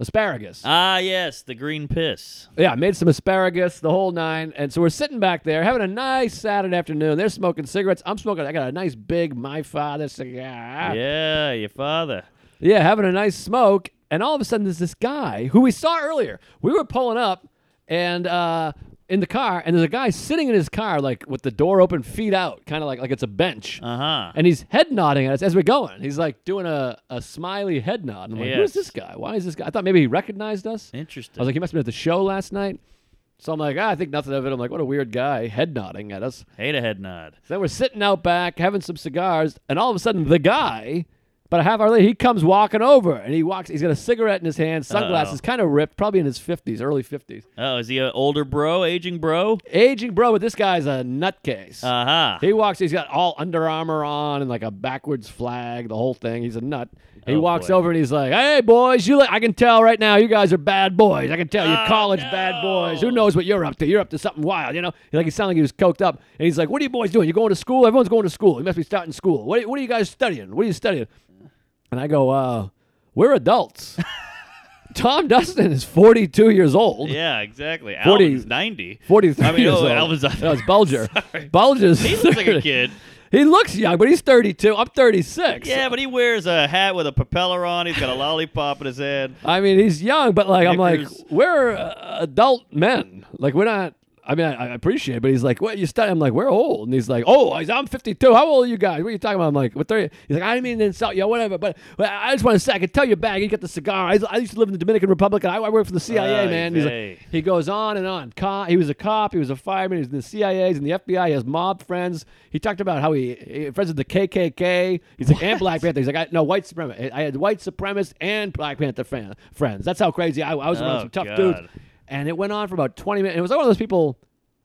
[SPEAKER 1] Asparagus.
[SPEAKER 2] Ah, yes, the green piss.
[SPEAKER 1] yeah, I made some asparagus, the whole nine. And so we're sitting back there having a nice Saturday afternoon. They're smoking cigarettes. I'm smoking. I got a nice big my father cigar.
[SPEAKER 2] Yeah, your father.
[SPEAKER 1] Yeah, having a nice smoke, and all of a sudden there's this guy who we saw earlier. We were pulling up and uh, in the car, and there's a guy sitting in his car, like with the door open, feet out, kind of like like it's a bench.
[SPEAKER 2] Uh huh.
[SPEAKER 1] And he's head nodding at us as we're going. He's like doing a, a smiley head nod. I'm like, who's
[SPEAKER 2] Yes.
[SPEAKER 1] this guy? Why is this guy? I thought maybe he recognized us. I
[SPEAKER 2] Interesting.
[SPEAKER 1] was like, he must have been at the show last night. So I'm like, ah, I think nothing of it. I'm like, what a weird guy head nodding at us.
[SPEAKER 2] Hate a head nod.
[SPEAKER 1] So then we're sitting out back having some cigars, and all of a sudden the guy But a half hour later, he comes walking over, and he walks. He's got a cigarette in his hand, sunglasses, kind of ripped, probably in his fifties, early fifties.
[SPEAKER 2] Oh, is he an older bro, aging bro?
[SPEAKER 1] Aging bro, but this guy's a nutcase.
[SPEAKER 2] Uh huh.
[SPEAKER 1] He walks. He's got all Under Armour on and like a backwards flag, the whole thing. He's a nut. He
[SPEAKER 2] Oh,
[SPEAKER 1] walks
[SPEAKER 2] boy.
[SPEAKER 1] over and he's like, "Hey boys, you. Li- I can tell right now. You guys are bad boys. I can tell you,
[SPEAKER 2] Oh,
[SPEAKER 1] college bad boys. Who knows what you're up to? You're up to something wild, you know." Like he sounded like he was coked up. And he's like, "What are you boys doing? You going to school? Everyone's going to school. You must be starting school. What are, what are you guys studying? What are you studying?" And I go, uh, "We're adults." [LAUGHS] Tom Dustin is 42 years old.
[SPEAKER 2] Yeah, exactly.
[SPEAKER 1] 40
[SPEAKER 2] Alvin's 90.
[SPEAKER 1] 43
[SPEAKER 2] I mean,
[SPEAKER 1] years
[SPEAKER 2] oh,
[SPEAKER 1] old.
[SPEAKER 2] Alvin's not-
[SPEAKER 1] that was Bulger.
[SPEAKER 2] Sorry.
[SPEAKER 1] Bulger's
[SPEAKER 2] [LAUGHS] He looks like a
[SPEAKER 1] 30. [LAUGHS]
[SPEAKER 2] kid.
[SPEAKER 1] He looks young, but he's 32. I'm 36.
[SPEAKER 2] Yeah, but he wears a hat with a propeller on. He's got a lollipop in his head.
[SPEAKER 1] I mean, he's young, but like, I'm like,
[SPEAKER 2] Knickers.
[SPEAKER 1] we're uh, adult men. Like, we're not. I mean, I, I appreciate it, but he's like, what you study? I'm like, we're old. And he's like, oh, he's- I'm 52. How old are you guys? What are you talking about? I'm like, what 30? He's like, I didn't mean to insult you, whatever, but, but I just want to say, I can tell you're back. You got the cigar. I, I used to live in the Dominican Republic, and I, I worked for the CIA,
[SPEAKER 2] Ay,
[SPEAKER 1] man. He's like-
[SPEAKER 2] vey.
[SPEAKER 1] he goes on and on. Co- he was a cop. He was a fireman. He was in the CIA. He's in the FBI. He has mob friends. He talked about how he, he friends with the KKK. He's like, and Black Panther. He's like, I, no, white supremacist. I had white supremacist and Black Panther fan, friends. That's how crazy I, I was around
[SPEAKER 2] Oh,
[SPEAKER 1] some tough
[SPEAKER 2] God.
[SPEAKER 1] dudes. And it went on for about 20 minutes. It was like one of those people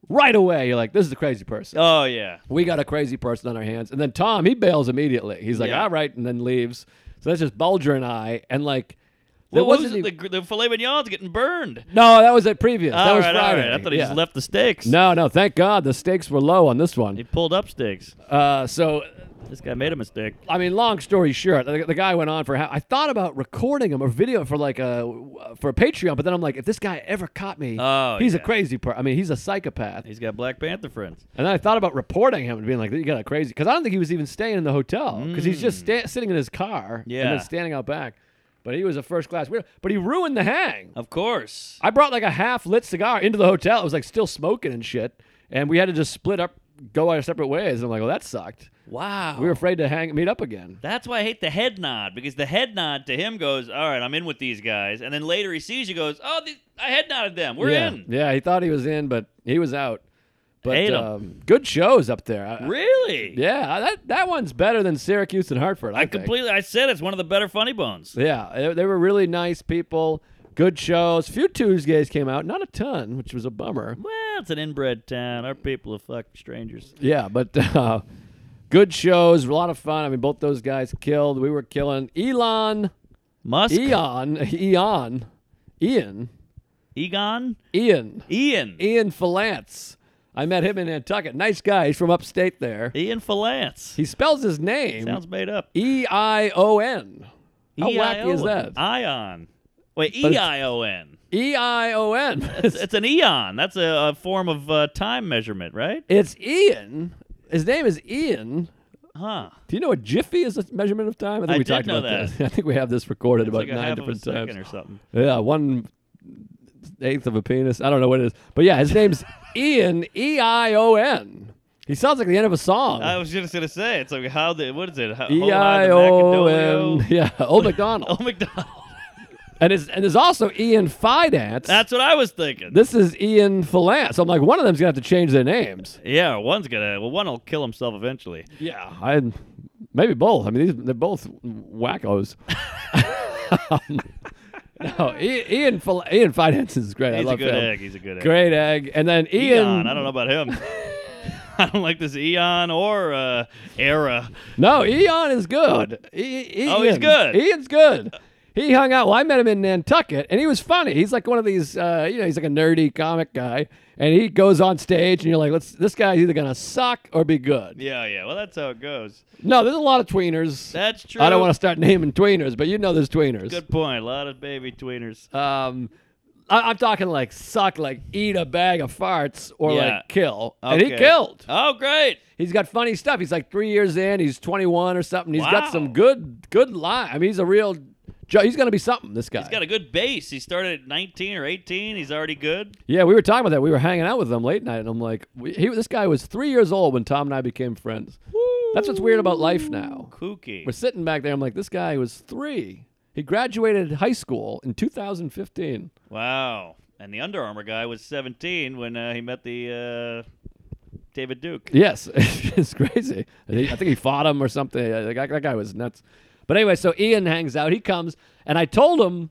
[SPEAKER 1] right away. You're like, this is a crazy person.
[SPEAKER 2] Oh, yeah.
[SPEAKER 1] We got a crazy person on our hands. And then Tom, he bails immediately. He's like,
[SPEAKER 2] Yeah.
[SPEAKER 1] all right, and then leaves. So that's just Bulger and I. And like, there
[SPEAKER 2] Well, what was
[SPEAKER 1] wasn't
[SPEAKER 2] it?
[SPEAKER 1] even-
[SPEAKER 2] The, gr- the filet mignon's getting burned.
[SPEAKER 1] no, that was at previous. that
[SPEAKER 2] all
[SPEAKER 1] was
[SPEAKER 2] right, all
[SPEAKER 1] Friday.
[SPEAKER 2] right. I thought he
[SPEAKER 1] Yeah.
[SPEAKER 2] just left the stakes.
[SPEAKER 1] No, no, thank God the stakes were low on this
[SPEAKER 2] He
[SPEAKER 1] one.
[SPEAKER 2] pulled up stakes.
[SPEAKER 1] Uh, so,
[SPEAKER 2] This guy made a mistake.
[SPEAKER 1] I mean, long story short, the, the guy went on for. How, I thought about recording him or video for like a for Patreon, but then I'm like, if this guy ever caught me,
[SPEAKER 2] Oh,
[SPEAKER 1] he's a
[SPEAKER 2] yeah.
[SPEAKER 1] crazy person. I mean, he's a psychopath.
[SPEAKER 2] He's got Black Panther friends.
[SPEAKER 1] And then I thought about reporting him and being like, you got a crazy. Because I don't think he was even staying in the hotel because he's just sta- sitting in his car and
[SPEAKER 2] Mm. Yeah.
[SPEAKER 1] then standing out back. But he was a first class. weirdo. But he ruined the hang.
[SPEAKER 2] Of course.
[SPEAKER 1] I brought like a half lit cigar into the hotel. It was like still smoking and shit. And we had to just split up, go our separate ways. And I'm like, well, that sucked.
[SPEAKER 2] Wow.
[SPEAKER 1] We were afraid to hang meet up again.
[SPEAKER 2] That's why I hate the head nod because the head nod to him goes, "All right, I'm in with these guys," and then later he sees you goes, "Oh, the- I head nodded them. We're
[SPEAKER 1] yeah.
[SPEAKER 2] in."
[SPEAKER 1] Yeah, he thought he was in, but he was out. But
[SPEAKER 2] Hate 'em.
[SPEAKER 1] um, good shows up there. I-
[SPEAKER 2] Really?
[SPEAKER 1] Yeah, that that one's better than Syracuse and Hartford. I,
[SPEAKER 2] I
[SPEAKER 1] think.
[SPEAKER 2] completely. I said it's one of the better funny bones.
[SPEAKER 1] Yeah, they, they were really nice people. Good shows. Few Tuesdays came out, not a ton, which was a bummer.
[SPEAKER 2] Well, it's an inbred town. Our people are fucking strangers.
[SPEAKER 1] Yeah, but [LAUGHS] uh, good shows, a lot of fun. I mean, both those guys killed. We were killing. Elon
[SPEAKER 2] Musk,
[SPEAKER 1] Eon, Eon, Ian,
[SPEAKER 2] Egon,
[SPEAKER 1] Ian,
[SPEAKER 2] Ian,
[SPEAKER 1] Ian Falance. I met him in Nantucket. Nice guy. He's from upstate there.
[SPEAKER 2] Ian Falance.
[SPEAKER 1] He spells his name
[SPEAKER 2] Sounds made up. E
[SPEAKER 1] E I O N. How wacky is
[SPEAKER 2] E-I-O-N.
[SPEAKER 1] that?
[SPEAKER 2] Ion. Wait,
[SPEAKER 1] But
[SPEAKER 2] E
[SPEAKER 1] it's-
[SPEAKER 2] I O N.
[SPEAKER 1] E I O N. [LAUGHS]
[SPEAKER 2] It's, it's an eon. That's a, a form of uh, time measurement, right?
[SPEAKER 1] It's Ian. His name is Ian.
[SPEAKER 2] Huh.
[SPEAKER 1] Do you know what Jiffy is a measurement of time? I think
[SPEAKER 2] I
[SPEAKER 1] we
[SPEAKER 2] did
[SPEAKER 1] talked
[SPEAKER 2] know
[SPEAKER 1] about
[SPEAKER 2] that.
[SPEAKER 1] I think we have this [LAUGHS] recorded
[SPEAKER 2] It's
[SPEAKER 1] about
[SPEAKER 2] like a
[SPEAKER 1] nine
[SPEAKER 2] half of a
[SPEAKER 1] different
[SPEAKER 2] second
[SPEAKER 1] times.
[SPEAKER 2] or something.
[SPEAKER 1] Yeah, one eighth of a penis. I don't know what it is. But yeah, his
[SPEAKER 2] [LAUGHS]
[SPEAKER 1] name's Ian E I O N. He sounds like the end of a song.
[SPEAKER 2] I was just gonna say it's like how Uh, the what is it? How,
[SPEAKER 1] E I O N. Yeah, Old McDonald.
[SPEAKER 2] [LAUGHS] Oh McDonald.
[SPEAKER 1] and it's, and there's also Ian Fidance.
[SPEAKER 2] That's what I was thinking.
[SPEAKER 1] this is Ian Falance. I'm like, one of them's gonna have to change their names.
[SPEAKER 2] yeah, one's gonna well, one'll kill himself eventually.
[SPEAKER 1] Yeah, I maybe both. I mean, these, they're both
[SPEAKER 2] [LAUGHS]
[SPEAKER 1] wackos. [LAUGHS] Um, no, I- Ian Fal- Ian Fidance is great.
[SPEAKER 2] He's
[SPEAKER 1] I
[SPEAKER 2] a
[SPEAKER 1] love
[SPEAKER 2] good
[SPEAKER 1] him.
[SPEAKER 2] egg. He's a good egg.
[SPEAKER 1] Great egg. And then Ian.
[SPEAKER 2] Eon. I don't know
[SPEAKER 1] [LAUGHS]
[SPEAKER 2] about him. [LAUGHS] I don't like this Eon or uh, Era.
[SPEAKER 1] No, Eon is good. E-
[SPEAKER 2] Oh, he's
[SPEAKER 1] Ian.
[SPEAKER 2] good.
[SPEAKER 1] Ian's good. He hung out. Well, I met him in Nantucket, and he was funny. He's like one of these, uh, you know, he's like a nerdy comic guy, and he goes on stage, and you're like, let's. This guy's either gonna suck or be good.
[SPEAKER 2] Yeah, yeah. Well, that's how it goes.
[SPEAKER 1] No, there's a lot of tweeners.
[SPEAKER 2] That's true.
[SPEAKER 1] I don't want to start naming tweeners, but you know there's tweeners.
[SPEAKER 2] Good point. A lot of baby tweeners.
[SPEAKER 1] Um, I, I'm talking like suck, like eat a bag of farts, or
[SPEAKER 2] Yeah.
[SPEAKER 1] like kill. And he
[SPEAKER 2] Okay.
[SPEAKER 1] killed.
[SPEAKER 2] Oh, great.
[SPEAKER 1] He's got funny stuff. He's like three years in. He's 21 or something. He's
[SPEAKER 2] Wow.
[SPEAKER 1] got some good, good line. I mean, he's a real. jo- He's gonna be something. This guy.
[SPEAKER 2] He's got a good base. He started at 19 or 18. He's already good.
[SPEAKER 1] yeah, we were talking about that. We were hanging out with him late night, and I'm like, we, he, this guy was three years old when Tom and I became friends. That's what's weird about life now.
[SPEAKER 2] Kooky.
[SPEAKER 1] We're sitting back there. I'm like, this guy was three. He graduated high school in 2015.
[SPEAKER 2] Wow. And the Under Armour guy was 17 when uh, he met the uh, David Duke.
[SPEAKER 1] Oh [LAUGHS] Yes, it's crazy. I think I think he fought him or something. I- That guy, that guy was nuts. But anyway, so Ian hangs out. He comes, and I told him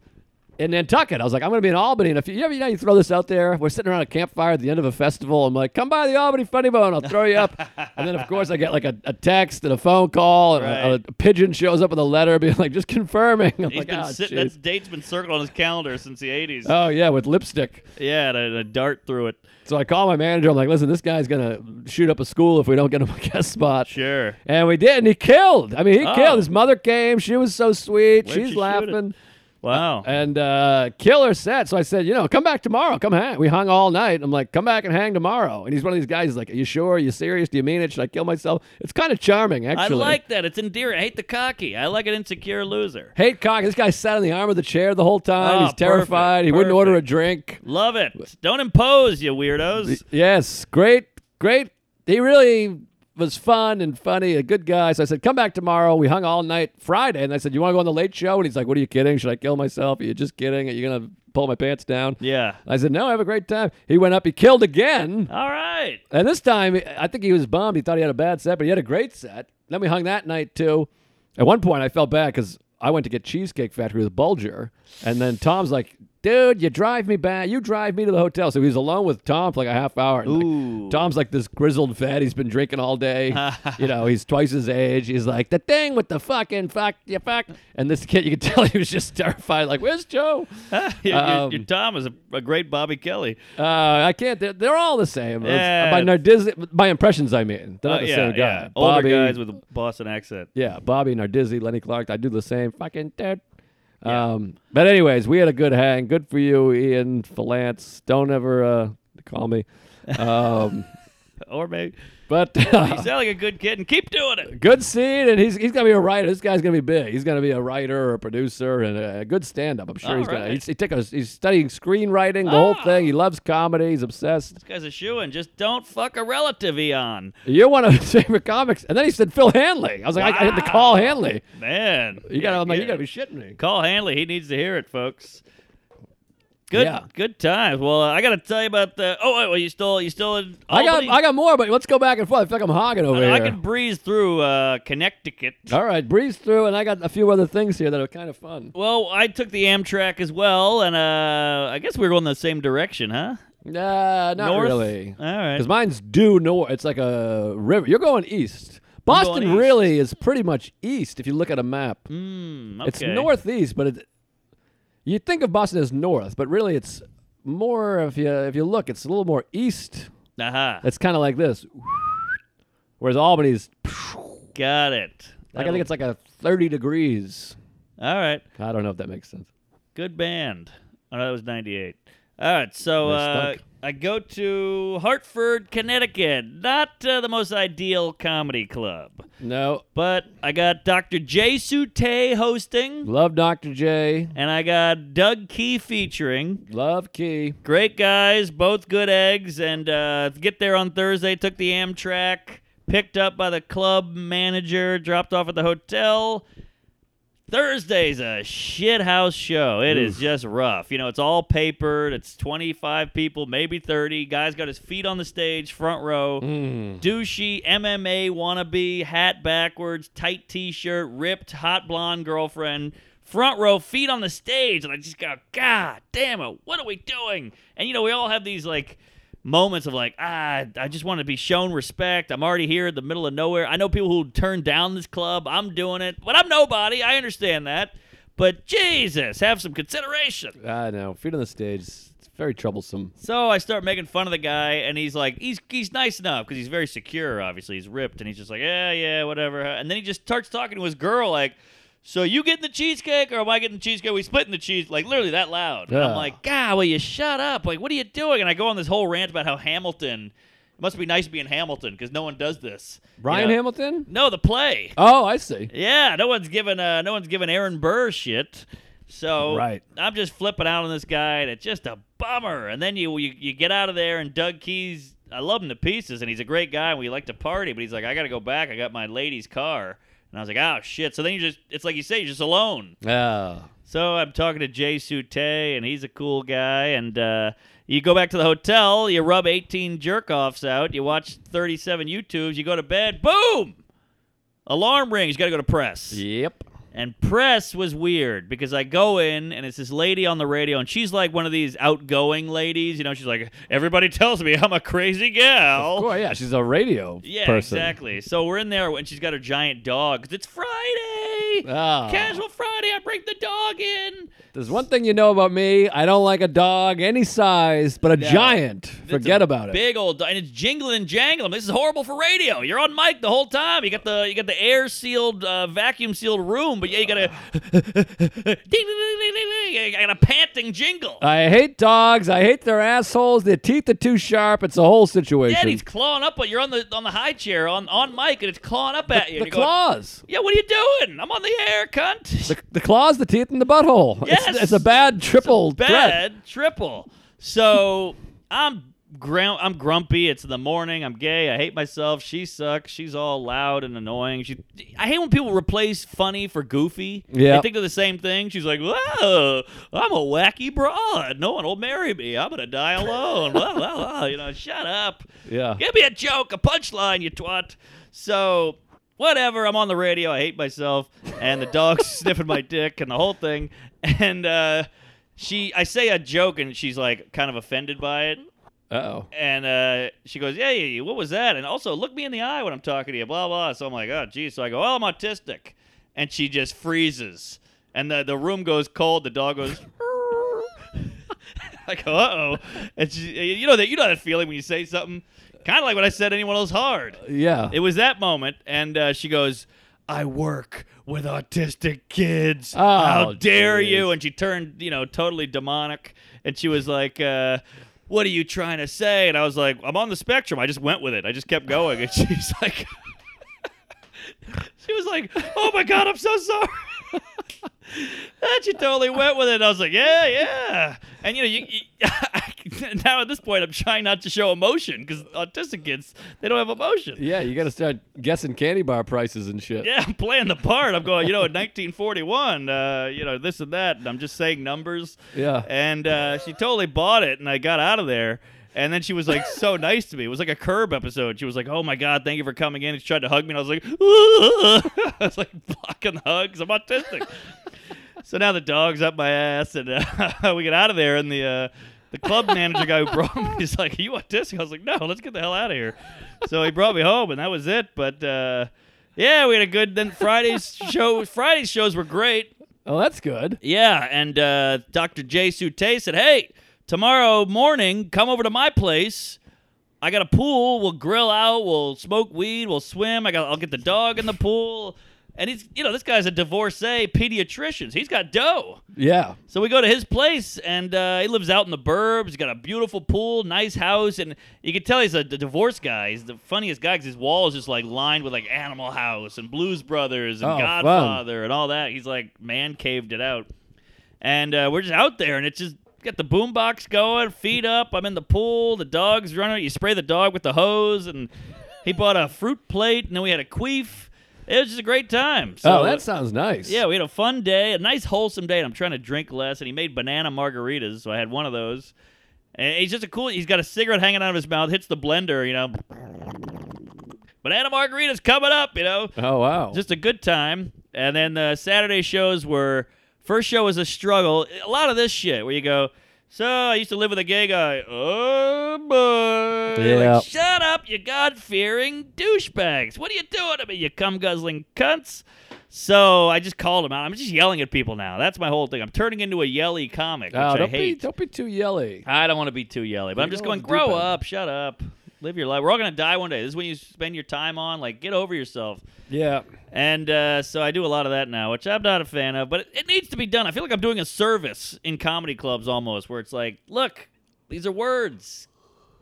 [SPEAKER 1] in Nantucket, I was like, I'm going to be in Albany. And if you ever, you know, you throw this out there, we're sitting around a campfire at the end of a festival. I'm like, come by the Albany Funny Bone. I'll throw you
[SPEAKER 2] [LAUGHS]
[SPEAKER 1] up. and then, of course, I get like a, a text and a phone call, and a-
[SPEAKER 2] Right.
[SPEAKER 1] a, pigeon shows up with a letter being like, just confirming. I'm
[SPEAKER 2] He's
[SPEAKER 1] like,
[SPEAKER 2] been
[SPEAKER 1] "Ah,
[SPEAKER 2] sitting.
[SPEAKER 1] jeez."
[SPEAKER 2] That date's been circled on his calendar since the '80s.
[SPEAKER 1] Oh, yeah, with lipstick.
[SPEAKER 2] yeah, and a, and a dart through it.
[SPEAKER 1] So I call my manager. I'm like, listen, this guy's going to shoot up a school if we don't get him a guest spot.
[SPEAKER 2] Sure.
[SPEAKER 1] And we did, and he killed. I mean, he
[SPEAKER 2] Oh.
[SPEAKER 1] killed. His mother came. She was so sweet.
[SPEAKER 2] Where'd
[SPEAKER 1] She's
[SPEAKER 2] she shoot it?
[SPEAKER 1] laughing.
[SPEAKER 2] Wow.
[SPEAKER 1] And uh, killer set. So I said, you know, come back tomorrow. Come hang. We hung all night. I'm like, come back and hang tomorrow. And he's one of these guys. He's like, are you sure? Are you serious? Do you mean it? Should I kill myself? It's kind of charming,
[SPEAKER 2] I
[SPEAKER 1] actually.
[SPEAKER 2] like that. It's endearing. I hate the cocky. I like an insecure loser.
[SPEAKER 1] Hate cock. This guy sat on the arm of the chair the whole time.
[SPEAKER 2] Oh,
[SPEAKER 1] he's terrified.
[SPEAKER 2] perfect,
[SPEAKER 1] He wouldn't order a
[SPEAKER 2] perfect.
[SPEAKER 1] drink.
[SPEAKER 2] Love it. Don't impose, you weirdos.
[SPEAKER 1] Yes, great, great. He really was fun and funny, a good guy. So I said, "Come back tomorrow." We hung all night Friday, and I said, "You want to go on the late show?" And he's like, "What are you kidding? Should I kill myself? Are you just kidding? Are you gonna pull my pants down?"
[SPEAKER 2] Yeah.
[SPEAKER 1] I said, "No, have a great time." He went up, he killed again,
[SPEAKER 2] All right. [LAUGHS]
[SPEAKER 1] and this time I think he was bummed. He thought he had a bad set, but he had a great set. Then we hung that night too. At one point, I felt bad because I went to get Cheesecake Factory with Bulger, and then Tom's like. Dude, you drive me back. You drive me to the hotel. So he was alone with Tom for like a half hour. And like,
[SPEAKER 2] Ooh.
[SPEAKER 1] Tom's like this grizzled vet. He's been drinking all day. you know, he's twice his age. He's like the thing with the fucking fuck you fuck. And this kid, you could tell he was just terrified. Like, where's Joe? Uh,
[SPEAKER 2] your, your-
[SPEAKER 1] Um,
[SPEAKER 2] your Tom is a, a great Bobby Kelly.
[SPEAKER 1] Uh, I can't. They're, they're all the same. uh,
[SPEAKER 2] Yeah.
[SPEAKER 1] By Nardizzi, by impressions, I mean they're
[SPEAKER 2] Oh,
[SPEAKER 1] not the
[SPEAKER 2] yeah,
[SPEAKER 1] same guy.
[SPEAKER 2] yeah. Older
[SPEAKER 1] Bobby,
[SPEAKER 2] guys with a Boston accent.
[SPEAKER 1] yeah, Bobby Nardizzi, Lenny Clark. I do the same fucking dirt. Um, but anyways, we had a good hang. Good for you, Ian Falance. Don't ever uh, call me. Um,
[SPEAKER 2] Or maybe
[SPEAKER 1] but [LAUGHS]
[SPEAKER 2] you sound like a good kid and keep doing it.
[SPEAKER 1] good scene, and he's he's gonna be a writer. This guy's gonna be big. He's gonna be a writer or a producer and a, a good stand-up. I'm sure
[SPEAKER 2] All
[SPEAKER 1] he's gonna.
[SPEAKER 2] right.
[SPEAKER 1] He's, he took a, he's studying screenwriting, the whole
[SPEAKER 2] Ah.
[SPEAKER 1] thing. He loves comedy. He's obsessed.
[SPEAKER 2] This guy's a shoe and just don't fuck a relative, Eon.
[SPEAKER 1] You're one of his [LAUGHS] favorite comics. And then he said Phil Hanley. I was like, I, I had to call
[SPEAKER 2] Wow.
[SPEAKER 1] Hanley.
[SPEAKER 2] Man.
[SPEAKER 1] You gotta, I'm like,
[SPEAKER 2] yeah.
[SPEAKER 1] you gotta be shitting me.
[SPEAKER 2] Call Hanley. He needs to hear it, folks. Good,
[SPEAKER 1] Yeah.
[SPEAKER 2] good times. Well, uh, I gotta tell you about the. Oh, wait, well, you still, you still in.
[SPEAKER 1] I got,
[SPEAKER 2] Albany?
[SPEAKER 1] I got more, but let's go back and forth. I feel like I'm hogging over
[SPEAKER 2] I
[SPEAKER 1] here.
[SPEAKER 2] can breeze through uh, Connecticut.
[SPEAKER 1] All right, breeze through, and I got a few other things here that are kind of fun.
[SPEAKER 2] Well, I took the Amtrak as well, and uh, I guess we were going the same direction, huh?
[SPEAKER 1] Nah, not
[SPEAKER 2] North?
[SPEAKER 1] really.
[SPEAKER 2] All right.
[SPEAKER 1] Because mine's due north. It's like a river. You're going east. Boston
[SPEAKER 2] east.
[SPEAKER 1] really is pretty much east if you look at a map.
[SPEAKER 2] Mm, okay.
[SPEAKER 1] It's northeast, but it, you think of Boston as north, but really it's more if you if you look, it's a little more east.
[SPEAKER 2] Aha.
[SPEAKER 1] It's kind of like this, whereas Albany's
[SPEAKER 2] Got it.
[SPEAKER 1] like I think it's like a 30 degrees.
[SPEAKER 2] All right.
[SPEAKER 1] I don't know if that makes sense.
[SPEAKER 2] Good band. Oh, no, that was 98. All right. So
[SPEAKER 1] They
[SPEAKER 2] uh,
[SPEAKER 1] stunk.
[SPEAKER 2] I go to Hartford, Connecticut. Not uh, the most ideal comedy club,
[SPEAKER 1] No,
[SPEAKER 2] but I got Dr. Jay Sute hosting,
[SPEAKER 1] love Dr. J,
[SPEAKER 2] and I got Doug Key featuring.
[SPEAKER 1] love Key.
[SPEAKER 2] Great guys, both good eggs, and uh, get there on Thursday. Took the Amtrak, picked up by the club manager, dropped off at the hotel. Thursday's a shit house show. It is just rough. You know, it's all papered. It's 25 people, maybe 30. Guy's got his feet on the stage, front row. Douchey MMA wannabe, hat backwards, tight t-shirt, ripped hot blonde girlfriend, front row, feet on the stage, and I just go, God damn it, what are we doing? And you know, we all have these like moments of like, ah, I just want to be shown respect. I'm already here in the middle of nowhere. I know people who turn down this club. I'm doing it, but I'm nobody. I understand that. But Jesus, have some consideration.
[SPEAKER 1] I know feet on the stage. It's very troublesome.
[SPEAKER 2] So I start making fun of the guy, and he's like, he's he's nice enough because he's very secure. Obviously, he's ripped, and he's just like, yeah, yeah, whatever. And then he just starts talking to his girl, like, so you getting the cheesecake, or am I getting the cheesecake? We splitting the cheese, like literally that loud. And I'm
[SPEAKER 1] Yeah.
[SPEAKER 2] like, God, will you shut up? Like, what are you doing? And I go on this whole rant about how Hamilton. It must be nice being Hamilton because no one does this. You
[SPEAKER 1] Brian
[SPEAKER 2] know?
[SPEAKER 1] Hamilton?
[SPEAKER 2] No, the play.
[SPEAKER 1] Oh, I see.
[SPEAKER 2] Yeah, no one's giving uh, no one's giving Aaron Burr shit. So
[SPEAKER 1] Right.
[SPEAKER 2] I'm just flipping out on this guy, and it's just a bummer. And then you you, you get out of there, and Doug Keys, I love him to pieces, and he's a great guy, and we like to party. But he's like, I got to go back. I got my lady's car, and I was like, oh shit. So then you just, it's like you say, you're just alone.
[SPEAKER 1] Yeah.
[SPEAKER 2] So I'm talking to Jay Sute, and he's a cool guy. And uh, you go back to the hotel, you rub 18 jerk offs out, you watch 37 YouTubes, you go to bed, boom! Alarm rings, you got to go to press.
[SPEAKER 1] Yep.
[SPEAKER 2] And press was weird because I go in and it's this lady on the radio, and she's like one of these outgoing ladies. You know, she's like, everybody tells me I'm a crazy gal.
[SPEAKER 1] Oh yeah, she's a radio
[SPEAKER 2] Yeah,
[SPEAKER 1] person.
[SPEAKER 2] exactly. So we're in there, and she's got her giant dog. 'cause It's Friday,
[SPEAKER 1] Ah.
[SPEAKER 2] casual Friday. I bring the dog in.
[SPEAKER 1] There's one thing you know about me. I don't like a dog any size, but a
[SPEAKER 2] No.
[SPEAKER 1] giant.
[SPEAKER 2] It's
[SPEAKER 1] Forget
[SPEAKER 2] a
[SPEAKER 1] about it.
[SPEAKER 2] Big old, do- and it's jingling and jangling. This is horrible for radio. You're on mic the whole time. You got the you got the air sealed, uh, vacuum sealed room, but yeah, you got a [LAUGHS] I got a panting jingle.
[SPEAKER 1] [LAUGHS] I hate dogs. I hate their assholes. Their teeth are too sharp. It's a whole situation.
[SPEAKER 2] yeah, and he's clawing up. But you're on the on the high chair on on mic, and it's clawing up at you.
[SPEAKER 1] the
[SPEAKER 2] and you're going,
[SPEAKER 1] claws.
[SPEAKER 2] yeah, what are you doing? I'm on the air, [LAUGHS] cunt.
[SPEAKER 1] The, the claws, the teeth, and the butthole. It's-
[SPEAKER 2] Yes.
[SPEAKER 1] It's, a bad triple threat.
[SPEAKER 2] bad triple. So I'm grou- I'm grumpy. It's in the morning. I'm gay. I hate myself. She sucks. She's all loud and annoying. She I hate when people replace funny for goofy.
[SPEAKER 1] Yeah.
[SPEAKER 2] They think they're the same thing. She's like, whoa, I'm a wacky broad. No one will marry me. I'm gonna die alone. [LAUGHS] blah, blah, blah. You know, shut up.
[SPEAKER 1] Yeah.
[SPEAKER 2] Give me a joke, a punchline, you twat. So, whatever. I'm on the radio. I hate myself. And the dog's [LAUGHS] sniffing my dick and the whole thing. And uh, she, I say a joke and she's like kind of offended by it.
[SPEAKER 1] Uh-oh.
[SPEAKER 2] And uh, she goes, yeah, yeah, yeah, what was that? And also, look me in the eye when I'm talking to you, blah, blah. So I'm like, oh, geez. So I go, oh, I'm autistic. And she just freezes. And the, the room goes cold. The dog goes, [LAUGHS] I go, uh oh. And she, you know that you know that feeling when you say something, kind of like what I said. Anyone else hard?
[SPEAKER 1] Yeah.
[SPEAKER 2] It was that moment, and uh, she goes, "I work with autistic kids. How
[SPEAKER 1] Oh,
[SPEAKER 2] dare
[SPEAKER 1] geez.
[SPEAKER 2] you?" And she turned, you know, totally demonic, and she was like. Uh, what are you trying to say? And I was like, I'm on the spectrum. I just went with it. I just kept going. And she's [LAUGHS] like, she was like, oh my God, I'm so sorry. [LAUGHS] and she totally went with it. I was like, yeah, yeah. And you know, you, [LAUGHS] you now at this point, I'm trying not to show emotion because autistic kids, they don't have emotion.
[SPEAKER 1] yeah, you got to start guessing candy bar prices and shit.
[SPEAKER 2] [LAUGHS] Yeah, I'm playing the part. I'm going, you know, in 1941, uh, you know, this and that. And I'm just saying numbers.
[SPEAKER 1] Yeah.
[SPEAKER 2] And uh, she totally bought it, and I got out of there. And then she was like so nice to me. It was like a curb episode. She was like, "Oh my god, thank you for coming in." And she tried to hug me, and I was like, [LAUGHS] I was like blocking the hugs. I'm autistic. so now the dog's up my ass, and uh, [LAUGHS] we get out of there. And the uh, the club manager guy who brought me is like, "Are you autistic?" I was like, "No, let's get the hell out of here." So he brought me home, and that was it. But uh, yeah, we had a good. Then Friday's show. Friday's shows were great.
[SPEAKER 1] Oh, that's good.
[SPEAKER 2] Yeah, and uh, Dr. Jay Sute said, "Hey, tomorrow morning, come over to my place. I got a pool. We'll grill out. We'll smoke weed. We'll swim. I got. I'll get the dog in the pool." And he's, you know, this guy's a divorcee pediatrician. He's got dough.
[SPEAKER 1] Yeah.
[SPEAKER 2] So we go to his place, and uh, he lives out in the burbs. He's got a beautiful pool, nice house, and you can tell he's a d- divorce guy. He's the funniest guy 'cause his wall is just like lined with like Animal House and Blues Brothers and
[SPEAKER 1] Oh, fun.
[SPEAKER 2] Godfather and all that. He's like man caved it out, and uh, we're just out there, and it's just got the boombox going, feet up. I'm in the pool, the dog's running. You spray the dog with the hose, and he bought a fruit plate, and then we had a queef. It was just a great time. So
[SPEAKER 1] oh, that sounds nice.
[SPEAKER 2] yeah, we had a fun day, a nice wholesome day, and I'm trying to drink less. And he made banana margaritas, so I had one of those. And he's just a cool. He's got a cigarette hanging out of his mouth. Hits the blender, you know. Banana margaritas coming up, you know.
[SPEAKER 1] Oh, wow.
[SPEAKER 2] Just a good time. And then the Saturday shows were first show was a struggle. A lot of this shit where you go. So I used to live with a gay guy. Oh boy! You're
[SPEAKER 1] Yeah.
[SPEAKER 2] Like, Shut up, you God fearing douchebags! What are you doing to me, you cum guzzling cunts? So I just called him out. I'm just yelling at people now. That's my whole thing. I'm turning into a yelly comic, which
[SPEAKER 1] oh,
[SPEAKER 2] I
[SPEAKER 1] don't be
[SPEAKER 2] hate.
[SPEAKER 1] don't be too yelly.
[SPEAKER 2] I don't want to be too yelly, but I'm just
[SPEAKER 1] go
[SPEAKER 2] going,
[SPEAKER 1] with the deep
[SPEAKER 2] grow
[SPEAKER 1] end.
[SPEAKER 2] up, shut up, live your life. We're all gonna die one day. This is when you spend your time on. Like, get over yourself.
[SPEAKER 1] Yeah.
[SPEAKER 2] And uh, so I do a lot of that now, which I'm not a fan of, but it, it needs to be done. I feel like I'm doing a service in comedy clubs almost, where it's like, look, these are words.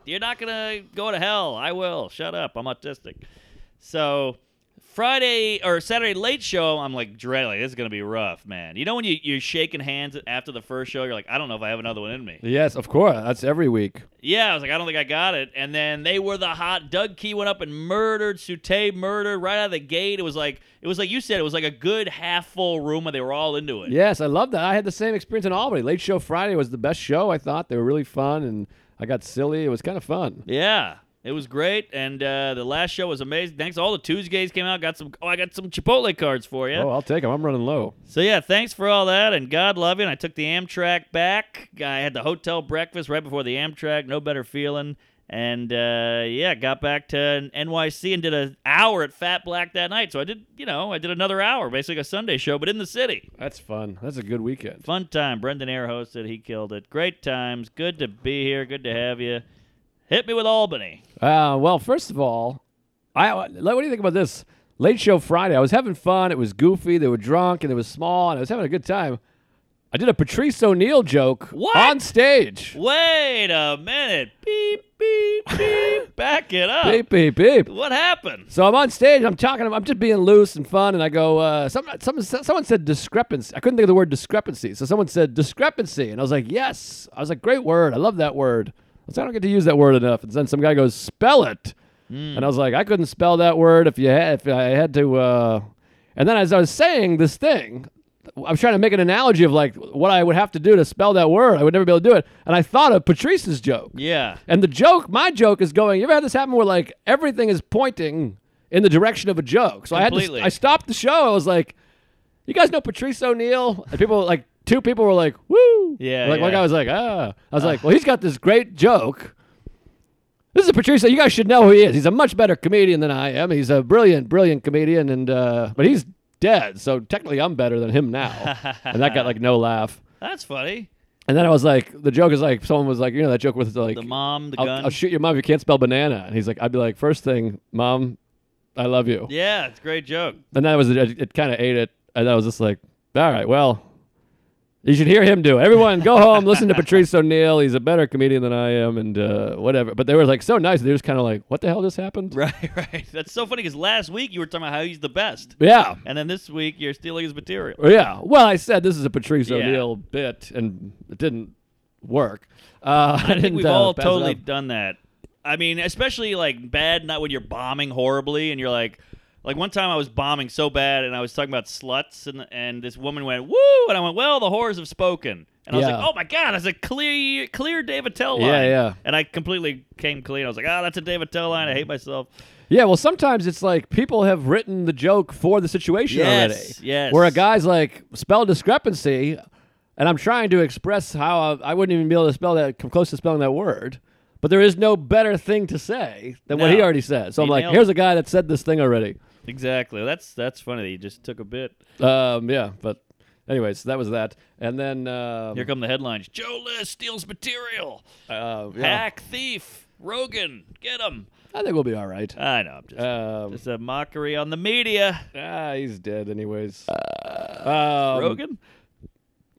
[SPEAKER 2] You're not gonna go to hell. I will. Shut up. I'm autistic. So Friday or Saturday late show, I'm like dreading. Like, this is gonna be rough, man. You know when you, you're shaking hands after the first show, you're like, I don't know if I have another one in me.
[SPEAKER 1] Yes, of course. That's every week.
[SPEAKER 2] Yeah, I was like, I don't think I got it. And then they were the hot. Doug Key went up and murdered Sute, murdered right out of the gate. It was like it was like you said, it was like a good half full room where they were all into it.
[SPEAKER 1] Yes, I love that. I had the same experience in Albany. Late Show Friday was the best show. I thought they were really fun, and I got silly. It was kind of fun.
[SPEAKER 2] Yeah. It was great, and uh, the last show was amazing. Thanks, all the Tuesdays came out. Got some. Oh, I got some Chipotle cards for you.
[SPEAKER 1] Oh, I'll take them. I'm running low.
[SPEAKER 2] So yeah, thanks for all that, and God love you. And I took the Amtrak back. I had the hotel breakfast right before the Amtrak. No better feeling. And uh, yeah, got back to NYC and did an hour at Fat Black that night. So I did, you know, I did another hour, basically a Sunday show, but in the city.
[SPEAKER 1] That's fun. That's a good weekend.
[SPEAKER 2] Fun time. Brendan Air hosted. He killed it. Great times. Good to be here. Good to have you. Hit me with Albany.
[SPEAKER 1] Uh, well, first of all, I what do you think about this late show Friday? I was having fun. It was goofy. They were drunk and it was small, and I was having a good time. I did a Patrice O'Neill joke
[SPEAKER 2] What?
[SPEAKER 1] on stage.
[SPEAKER 2] Wait a minute. Beep beep
[SPEAKER 1] [LAUGHS]
[SPEAKER 2] beep. Back it up.
[SPEAKER 1] Beep beep beep.
[SPEAKER 2] What happened?
[SPEAKER 1] So I'm on stage. I'm talking. I'm just being loose and fun. And I go, uh, some, some, someone said discrepancy. I couldn't think of the word discrepancy. So someone said discrepancy, and I was like, yes. I was like, great word. I love that word. I was like, I don't get to use that word enough. And then some guy goes, spell it. And I was like, I couldn't spell that word if you had, if I had to. Uh... And then as I was saying this thing, I was trying to make an analogy of like what I would have to do to spell that word. I would never be able to do it. And I thought of Patrice's joke.
[SPEAKER 2] Yeah.
[SPEAKER 1] And the joke, my joke is going, you ever had this happen where like everything is pointing in the direction of a joke? So I had
[SPEAKER 2] Completely.
[SPEAKER 1] to, I stopped the show. I was like, you guys know Patrice O'Neill? And people like two people were like, woo.
[SPEAKER 2] Yeah,
[SPEAKER 1] Like one
[SPEAKER 2] yeah.
[SPEAKER 1] guy was like, ah. I was like, well, he's got this great joke. This is Patrice. You guys should know who he is. He's a much better comedian than I am. He's a brilliant, brilliant comedian, and uh, but he's dead. So technically, I'm better than him now. and that got like no laugh.
[SPEAKER 2] That's funny.
[SPEAKER 1] And then I was like, the joke is like someone was like, you know, that joke with like
[SPEAKER 2] The mom, the
[SPEAKER 1] I'll,
[SPEAKER 2] gun.
[SPEAKER 1] I'll shoot your mom if you can't spell banana. And he's like, I'd be like, first thing, mom, I love you.
[SPEAKER 2] yeah, it's a
[SPEAKER 1] [LAUGHS]
[SPEAKER 2] great joke.
[SPEAKER 1] And that was it. It kind of ate it, and I was just like, all right, well, you should hear him do it. Everyone, go home, listen
[SPEAKER 2] [LAUGHS]
[SPEAKER 1] to Patrice O'Neill. He's a better comedian than I am, and uh, whatever. But they were like so nice. They were just kind of like, what the hell just happened?
[SPEAKER 2] Right, right. That's so funny because last week you were talking about how he's the best,
[SPEAKER 1] Yeah.
[SPEAKER 2] and then this week you're stealing his material.
[SPEAKER 1] Yeah. Well, I said this is a Patrice
[SPEAKER 2] Yeah.
[SPEAKER 1] O'Neill bit, and it didn't work. Uh, [LAUGHS] I,
[SPEAKER 2] I think
[SPEAKER 1] didn't,
[SPEAKER 2] we've
[SPEAKER 1] uh,
[SPEAKER 2] all
[SPEAKER 1] pass it
[SPEAKER 2] totally
[SPEAKER 1] up.
[SPEAKER 2] done that. I mean, especially like bad, not when you're bombing horribly, and you're like, like one time I was bombing so bad, and I was talking about sluts, and and this woman went woo, and I went, well, the whores have spoken, and I was
[SPEAKER 1] Yeah.
[SPEAKER 2] like, oh my god, that's a clear, clear David Tell line.
[SPEAKER 1] Yeah, yeah.
[SPEAKER 2] And I completely came clean. I was like, ah, that's a David Tell line. I hate myself.
[SPEAKER 1] Yeah, well, sometimes it's like people have written the joke for the situation
[SPEAKER 2] Yes,
[SPEAKER 1] already.
[SPEAKER 2] yes.
[SPEAKER 1] Where a guy's like, spell discrepancy, and I'm trying to express how I, I wouldn't even be able to spell that, come close to spelling that word. But there is no better thing to say than what
[SPEAKER 2] No.
[SPEAKER 1] he already said. So I'm
[SPEAKER 2] He
[SPEAKER 1] like,
[SPEAKER 2] nailed
[SPEAKER 1] here's a guy that said this thing already.
[SPEAKER 2] Exactly. That's that's funny. That you just took a bit.
[SPEAKER 1] Um, yeah, but anyways, that was that. And then. Um,
[SPEAKER 2] Here come the headlines. Joe List steals material.
[SPEAKER 1] uh, yeah.
[SPEAKER 2] Hack, thief, Rogan, get him.
[SPEAKER 1] I think we'll be all right.
[SPEAKER 2] I know. I'm just,
[SPEAKER 1] Um,
[SPEAKER 2] just a mockery on the media.
[SPEAKER 1] ah, he's dead, anyways. Um,
[SPEAKER 2] Rogan?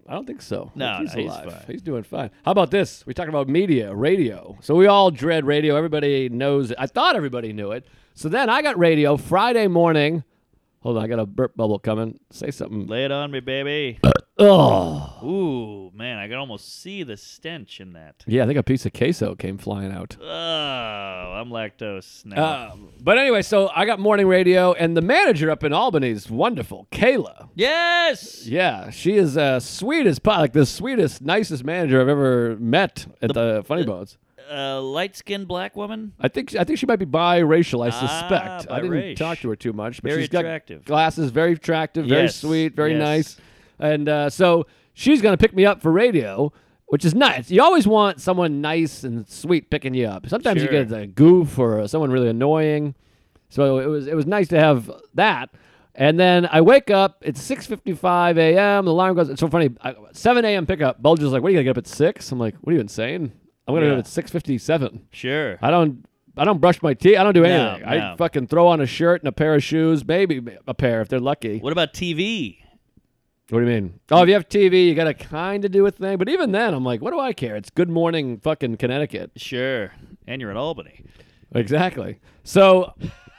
[SPEAKER 1] I don't think so. I
[SPEAKER 2] No,
[SPEAKER 1] think he's
[SPEAKER 2] no, he's
[SPEAKER 1] alive.
[SPEAKER 2] fine.
[SPEAKER 1] doing fine. How about this? We talked about media, radio. So we all dread radio. Everybody knows it. I thought everybody knew it. So then I got radio Friday morning. Hold on, I got a burp bubble coming. Say something.
[SPEAKER 2] Lay it on me, baby.
[SPEAKER 1] Oh,
[SPEAKER 2] Ooh, man, I can almost see the stench in that.
[SPEAKER 1] yeah. I think a piece of queso came flying out.
[SPEAKER 2] Oh, I'm lactose now.
[SPEAKER 1] Um, but anyway, so I got morning radio, and the manager up in Albany is wonderful, Kayla.
[SPEAKER 2] yes!
[SPEAKER 1] Yeah, she is uh, sweet as pot, like the sweetest, nicest manager I've ever met at the, Funny Bones.
[SPEAKER 2] Uh, light skinned black woman?
[SPEAKER 1] I think I think she might be biracial. I
[SPEAKER 2] Ah,
[SPEAKER 1] suspect. I didn't
[SPEAKER 2] biracial.
[SPEAKER 1] talk to her too much, but
[SPEAKER 2] Very
[SPEAKER 1] she's got
[SPEAKER 2] attractive.
[SPEAKER 1] glasses, very attractive, very
[SPEAKER 2] Yes,
[SPEAKER 1] sweet, very
[SPEAKER 2] yes.
[SPEAKER 1] nice, and uh, so she's gonna pick me up for radio, which is nice. You always want someone nice and sweet picking you up. Sometimes you
[SPEAKER 2] Sure.
[SPEAKER 1] get a goof or someone really annoying, so it was it was nice to have that. And then I wake up. It's 6:55 a.m. The alarm goes. It's so funny. I, 7 a.m. pickup. Bulger's like, "What are you gonna get up at 6? I'm like, "What are you insane? I'm gonna
[SPEAKER 2] Yeah.
[SPEAKER 1] get up at 6:57."
[SPEAKER 2] Sure.
[SPEAKER 1] I don't. I don't brush my teeth. I don't do
[SPEAKER 2] No,
[SPEAKER 1] anything.
[SPEAKER 2] no.
[SPEAKER 1] I fucking throw on a shirt and a pair of shoes, maybe a pair if they're lucky. What,
[SPEAKER 2] What about TV?
[SPEAKER 1] do you mean? Oh, if you have TV, you gotta kind of do a thing. But even then, I'm like, what do I care? It's Good Morning fucking Connecticut.
[SPEAKER 2] Sure. And you're in Albany.
[SPEAKER 1] Exactly. So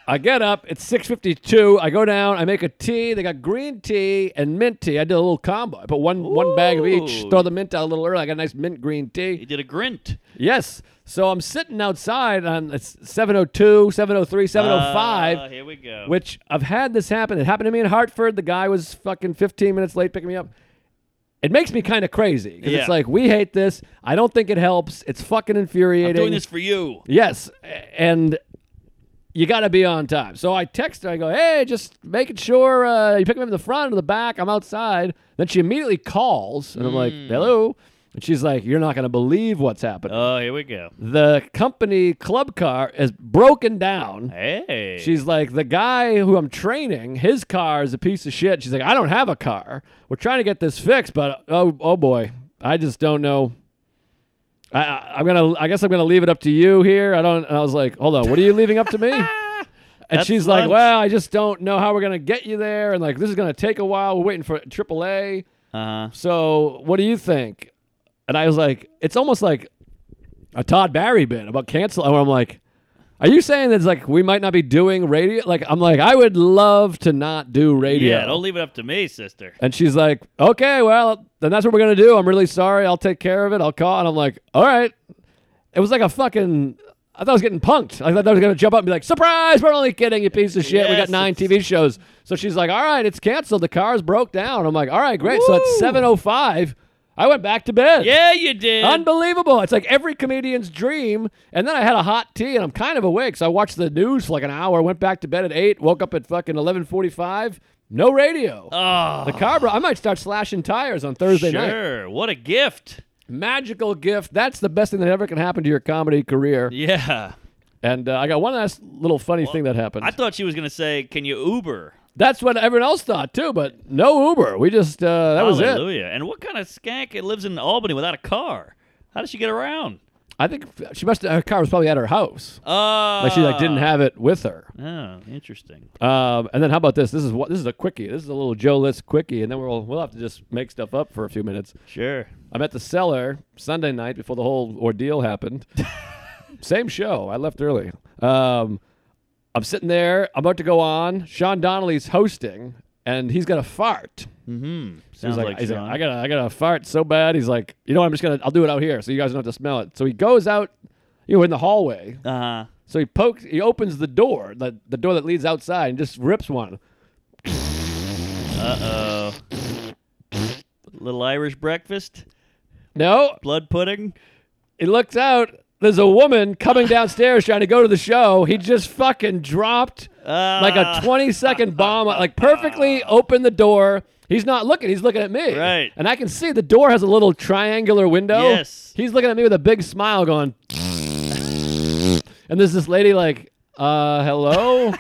[SPEAKER 1] I get up. It's 6:52. I go down. I make a tea. They got green tea and mint tea. I did a little combo. I put one one bag of each.
[SPEAKER 2] Ooh.
[SPEAKER 1] Throw the mint out a little early. I got a nice mint green
[SPEAKER 2] You
[SPEAKER 1] tea.
[SPEAKER 2] did a grint.
[SPEAKER 1] Yes. So I'm sitting outside on it's 7:02, 7:03, 7:05.
[SPEAKER 2] Ah, here we go.
[SPEAKER 1] Which I've had this happen. It happened to me in Hartford. The guy was fucking 15 minutes late picking me up. it makes me kind of crazy 'cause
[SPEAKER 2] Yeah.
[SPEAKER 1] it's like we hate this. I don't think it helps. It's fucking infuriating.
[SPEAKER 2] I'm doing this for you.
[SPEAKER 1] Yes, a- and you got to be on time. So I text her. I go, "Hey, just making sure uh, you pick me up in the front or the back. I'm outside." Then she immediately calls, and I'm like,
[SPEAKER 2] Hmm.
[SPEAKER 1] "Hello," and she's like, "You're not gonna believe what's happened.
[SPEAKER 2] Oh, here we go.
[SPEAKER 1] the company club car is broken down."
[SPEAKER 2] Hey.
[SPEAKER 1] She's like, the guy who I'm training, his car is a piece of shit. She's like, I don't have a car. We're trying to get this fixed, but oh, oh boy, I just don't know. I, I, I'm gonna, I guess I'm gonna leave it up to you here. I don't. And I was like, hold on, what are you leaving up to
[SPEAKER 2] [LAUGHS]
[SPEAKER 1] me? And
[SPEAKER 2] That's
[SPEAKER 1] she's like,
[SPEAKER 2] lunch.
[SPEAKER 1] well, I just don't know how we're gonna get you there, and like this is gonna take a while. We're waiting for AAA.
[SPEAKER 2] uh-huh.
[SPEAKER 1] So what do you think? And I was like, it's almost like a Todd Barry bit about cancel. Where I'm like, are you saying that it's like we might not be doing radio? Like I'm like, I would love to not do radio.
[SPEAKER 2] Yeah, don't leave it up to me, sister.
[SPEAKER 1] and she's like, okay, well, then that's what we're gonna do. I'm really sorry. I'll take care of it. I'll call. And I'm like, all right. It was like a fucking. I thought I was getting punked. I thought I was gonna jump up and be like, "Surprise! We're only kidding, you piece of shit. we
[SPEAKER 2] Yes,
[SPEAKER 1] got nine
[SPEAKER 2] it's-
[SPEAKER 1] TV shows." So she's like, "All right, it's canceled. The car's broke down." I'm like, "All right, great." So it's seven oh five. I went back to bed.
[SPEAKER 2] Yeah, you did.
[SPEAKER 1] Unbelievable. It's like every comedian's dream. And then I had a hot tea and I'm kind of awake. So I watched the news for like an hour, went back to bed at 8, woke up at fucking 11:45, no radio.
[SPEAKER 2] oh,
[SPEAKER 1] the car bro, I might start slashing tires on Thursday night.
[SPEAKER 2] sure. What a gift.
[SPEAKER 1] Magical gift. That's the best thing that ever can happen to your comedy career.
[SPEAKER 2] Yeah.
[SPEAKER 1] And uh, I got one last little funny thing that happened.
[SPEAKER 2] I thought she was going to say, can you Uber?
[SPEAKER 1] That's what everyone else thought too, but no Uber. We just uh, that was it.
[SPEAKER 2] Hallelujah. And what kind of skank it lives in Albany without a car? How does she get around?
[SPEAKER 1] I think she must her car was probably at her house.
[SPEAKER 2] Oh.
[SPEAKER 1] Like she like didn't have it with her.
[SPEAKER 2] Oh, interesting.
[SPEAKER 1] Um, and then how about this? This is what this is a quickie. This is a little Joe List quickie, and then we'll we'll have to just make stuff up for a few minutes.
[SPEAKER 2] Sure.
[SPEAKER 1] I'm at the cellar Sunday night before the whole ordeal
[SPEAKER 2] [LAUGHS]
[SPEAKER 1] happened. Same show. I left early. Um, I'm sitting there. I'm about to go on. Sean Donnelly's hosting, and he's got a fart.
[SPEAKER 2] Mm-hmm.
[SPEAKER 1] He was
[SPEAKER 2] Sounds like,
[SPEAKER 1] he's
[SPEAKER 2] Sean.
[SPEAKER 1] I gotta I gotta fart so bad. He's like, you know, what? I'm just gonna I'll do it out here, so you guys don't have to smell it. So he goes out, you know, in the hallway.
[SPEAKER 2] uh-huh.
[SPEAKER 1] So he pokes, he opens the door, the, the door that leads outside, and just rips one.
[SPEAKER 2] Uh-oh. Little Irish breakfast,
[SPEAKER 1] No,
[SPEAKER 2] blood pudding.
[SPEAKER 1] he looks out. There's a woman coming downstairs trying to go to the show. He just fucking dropped
[SPEAKER 2] Uh,
[SPEAKER 1] like a 20
[SPEAKER 2] [LAUGHS]
[SPEAKER 1] second bomb, like perfectly opened the door. He's not looking. He's looking at me.
[SPEAKER 2] Right.
[SPEAKER 1] And I can see the door has a little triangular window.
[SPEAKER 2] Yes.
[SPEAKER 1] He's looking at me with a big smile going. and there's this lady like, uh, hello?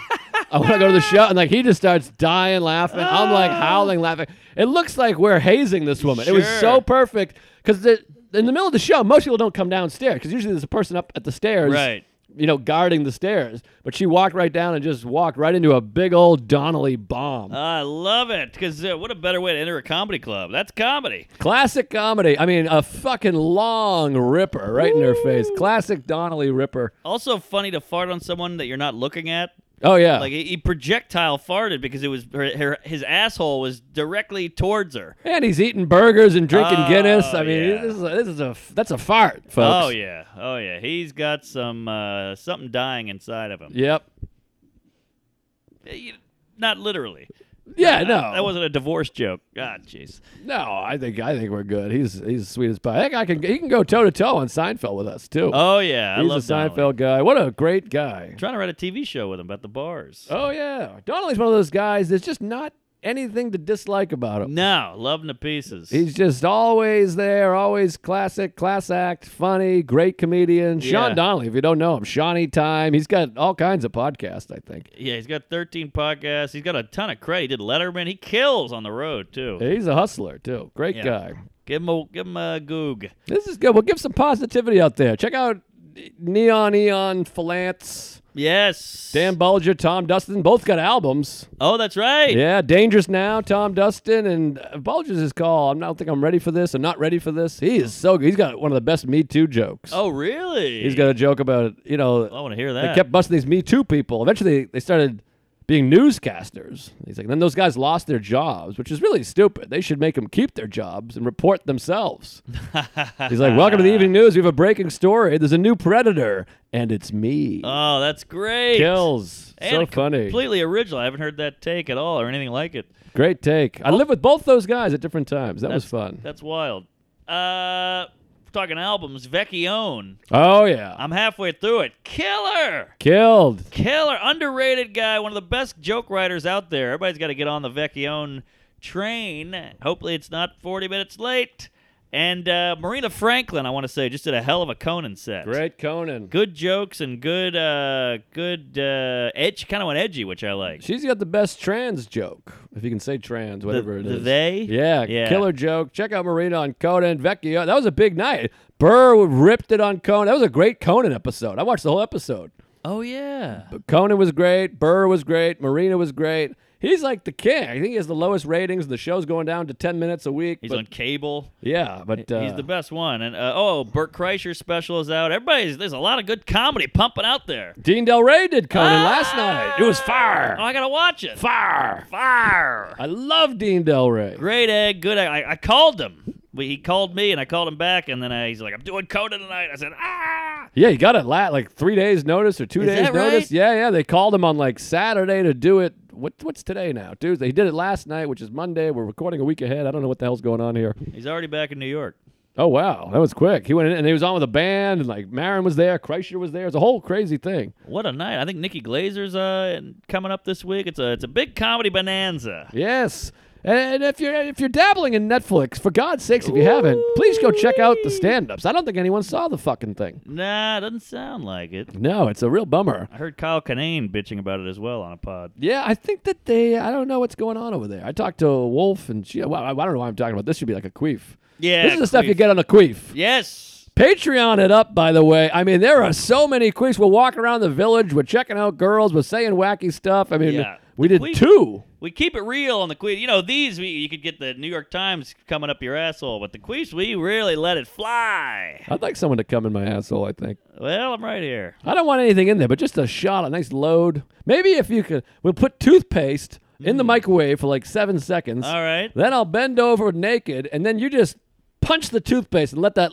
[SPEAKER 1] I want to
[SPEAKER 2] [LAUGHS]
[SPEAKER 1] go to the show. And like, he just starts dying laughing. I'm like
[SPEAKER 2] Oh.
[SPEAKER 1] howling laughing. It looks like we're hazing this woman. It was so
[SPEAKER 2] Sure.
[SPEAKER 1] perfect because in the middle of the show, most people don't come downstairs because usually there's a person up at the stairs
[SPEAKER 2] Right.
[SPEAKER 1] you know, guarding the stairs. But she walked right down and just walked right into a big old Donnelly bomb.
[SPEAKER 2] I love it because uh, what a better way to enter a comedy club. That's comedy.
[SPEAKER 1] Classic comedy. I mean, a fucking long ripper right in her face. Classic Donnelly ripper.
[SPEAKER 2] Also funny to fart on someone that you're not looking at.
[SPEAKER 1] Oh yeah.
[SPEAKER 2] Like he he projectile farted because it was her, her, his asshole was directly towards her.
[SPEAKER 1] and he's eating burgers and drinking
[SPEAKER 2] Oh,
[SPEAKER 1] Guinness. I mean,
[SPEAKER 2] yeah.
[SPEAKER 1] this is a, this is a that's a fart, folks.
[SPEAKER 2] Oh yeah, oh yeah. He's got some uh, something dying inside of him.
[SPEAKER 1] Yep.
[SPEAKER 2] Uh, you- Not literally.
[SPEAKER 1] Yeah, no.
[SPEAKER 2] That wasn't a divorce joke. God, jeez.
[SPEAKER 1] no, I think I think we're good. He's he's sweet as pie. That guy can he can go toe to toe on Seinfeld with us too.
[SPEAKER 2] Oh yeah, I
[SPEAKER 1] he's
[SPEAKER 2] love
[SPEAKER 1] a
[SPEAKER 2] Donnelly.
[SPEAKER 1] Seinfeld guy. What a great guy.
[SPEAKER 2] Trying to write a TV show with him about the bars.
[SPEAKER 1] Oh yeah, Donnelly's one of those guys. There's just not anything to dislike about him.
[SPEAKER 2] No, love him to pieces.
[SPEAKER 1] He's just always there, always classic, class act, funny, great comedian.
[SPEAKER 2] Yeah.
[SPEAKER 1] Sean Donnelly, if you don't know him, Shawnee Time. He's got all kinds of podcasts, I think.
[SPEAKER 2] yeah, he's got 13 podcasts. He's got a ton of credit. He did Letterman. He kills on the road too.
[SPEAKER 1] He's a hustler too. Great
[SPEAKER 2] Yeah.
[SPEAKER 1] guy.
[SPEAKER 2] Give him a give him a goog.
[SPEAKER 1] This is good. We'll give some positivity out there. Check out Neon Eon Philance,
[SPEAKER 2] Yes.
[SPEAKER 1] Dan Bulger, Tom Dustin. Both got albums.
[SPEAKER 2] Oh, that's right.
[SPEAKER 1] Yeah, Dangerous Now, Tom Dustin, and uh, Bulger's his call. I'm- I don't think I'm ready for this. I'm not ready for this. He is so good. He's got one of the best Me Too jokes.
[SPEAKER 2] Oh, really? Oh,
[SPEAKER 1] He's got a joke about, you know,
[SPEAKER 2] I want to hear
[SPEAKER 1] they
[SPEAKER 2] that.
[SPEAKER 1] kept busting these Me Too people. Eventually, they started being newscasters. He's like, then those guys lost their jobs, which is really stupid. They should make them keep their jobs and report themselves.
[SPEAKER 2] [LAUGHS]
[SPEAKER 1] He's like, welcome to the evening news. We have a breaking story. There's a new predator, and it's me.
[SPEAKER 2] Oh, that's great.
[SPEAKER 1] Kills.
[SPEAKER 2] And
[SPEAKER 1] so
[SPEAKER 2] it's
[SPEAKER 1] funny.
[SPEAKER 2] Completely original. I haven't heard that take at all or anything like it.
[SPEAKER 1] Great take. I lived with both those guys at different times. That was fun.
[SPEAKER 2] Oh. That's wild. Uh, we're talking albums, Vecchione.
[SPEAKER 1] oh, yeah.
[SPEAKER 2] I'm halfway through it. Killer.
[SPEAKER 1] Killed.
[SPEAKER 2] Killer. Underrated guy. One of the best joke writers out there. Everybody's got to get on the Vecchione train. Hopefully, it's not 40 minutes late. And uh, Marina Franklin, I want to say, just did a hell of a Conan set.
[SPEAKER 1] Great Conan.
[SPEAKER 2] Good jokes and good, uh, good uh, edge. Kind of went edgy, which I like.
[SPEAKER 1] She's got the best trans joke, if you can say trans, whatever it
[SPEAKER 2] the
[SPEAKER 1] is.
[SPEAKER 2] they?
[SPEAKER 1] Yeah,
[SPEAKER 2] Yeah.
[SPEAKER 1] killer joke. Check out Marina on Conan. Vecchio. That was a big night. Burr ripped it on Conan. That was a great Conan episode. I watched the whole episode.
[SPEAKER 2] Oh yeah.
[SPEAKER 1] But Conan was great. Burr was great. Marina was great. He's like the king. I think he has the lowest ratings. The show's going down to 10 minutes a week.
[SPEAKER 2] He's
[SPEAKER 1] but-
[SPEAKER 2] on cable.
[SPEAKER 1] Yeah, but uh,
[SPEAKER 2] He's the best one. And uh, oh, Burt Kreischer special is out. Everybody's there's a lot of good comedy pumping out there.
[SPEAKER 1] Dean Del Rey did Conan last night. It was fire.
[SPEAKER 2] Oh, I gotta watch it.
[SPEAKER 1] fire.
[SPEAKER 2] Fire.
[SPEAKER 1] I love Dean Del Rey.
[SPEAKER 2] Great egg. Good. Egg. I, I called him. We, he called me, and I called him back, and then I, he's like, "I'm doing Conan tonight." I said, "Ah."
[SPEAKER 1] Yeah, you got it la- like three days notice or two
[SPEAKER 2] Is
[SPEAKER 1] days
[SPEAKER 2] that
[SPEAKER 1] notice.
[SPEAKER 2] right?
[SPEAKER 1] Yeah, yeah. They called him on like Saturday to do it. What what's today now? Tuesday. He did it last night, which is Monday. We're recording a week ahead. I don't know what the hell's going on here.
[SPEAKER 2] He's already back in New York.
[SPEAKER 1] Oh wow, that was quick. He went in and he was on with a band and like Marin was there, Kreischer was there. It's a whole crazy thing.
[SPEAKER 2] What a night! I think Nikki Glazer's uh coming up this week. It's a it's a big comedy bonanza.
[SPEAKER 1] Yes. And if you're if you're dabbling in Netflix, for God's sakes, if you haven't, please go check out the stand-ups. I don't think anyone saw the fucking thing.
[SPEAKER 2] Nah, doesn't sound like it.
[SPEAKER 1] No, it's a real bummer.
[SPEAKER 2] I heard Kyle Kinane bitching about it as well on a pod.
[SPEAKER 1] Yeah, I think that they. I don't know what's going on over there. I talked to Wolf, and she. Well, I, I don't know why I'm talking about this. Should be like a queef.
[SPEAKER 2] Yeah,
[SPEAKER 1] this is the stuff you
[SPEAKER 2] queef.
[SPEAKER 1] get on a queef.
[SPEAKER 2] Yes.
[SPEAKER 1] Patreon it up, by the way. I mean, there are so many queefs. We're walking around the village. We're checking out girls. We're saying wacky stuff. I mean,
[SPEAKER 2] Yeah.
[SPEAKER 1] we did
[SPEAKER 2] Queef-
[SPEAKER 1] two.
[SPEAKER 2] We keep it real on the Queef. You know, these we, you could get the New York Times coming up your asshole, but the Queefs, we really let it fly.
[SPEAKER 1] I'd like someone to come in my asshole. I think
[SPEAKER 2] Well, I'm right here.
[SPEAKER 1] I don't want anything in there, but just a shot, a nice load. Maybe if you could, we'll put toothpaste in the microwave for like seven seconds.
[SPEAKER 2] Mm. All right.
[SPEAKER 1] Then I'll bend over naked, and then you just punch the toothpaste and let that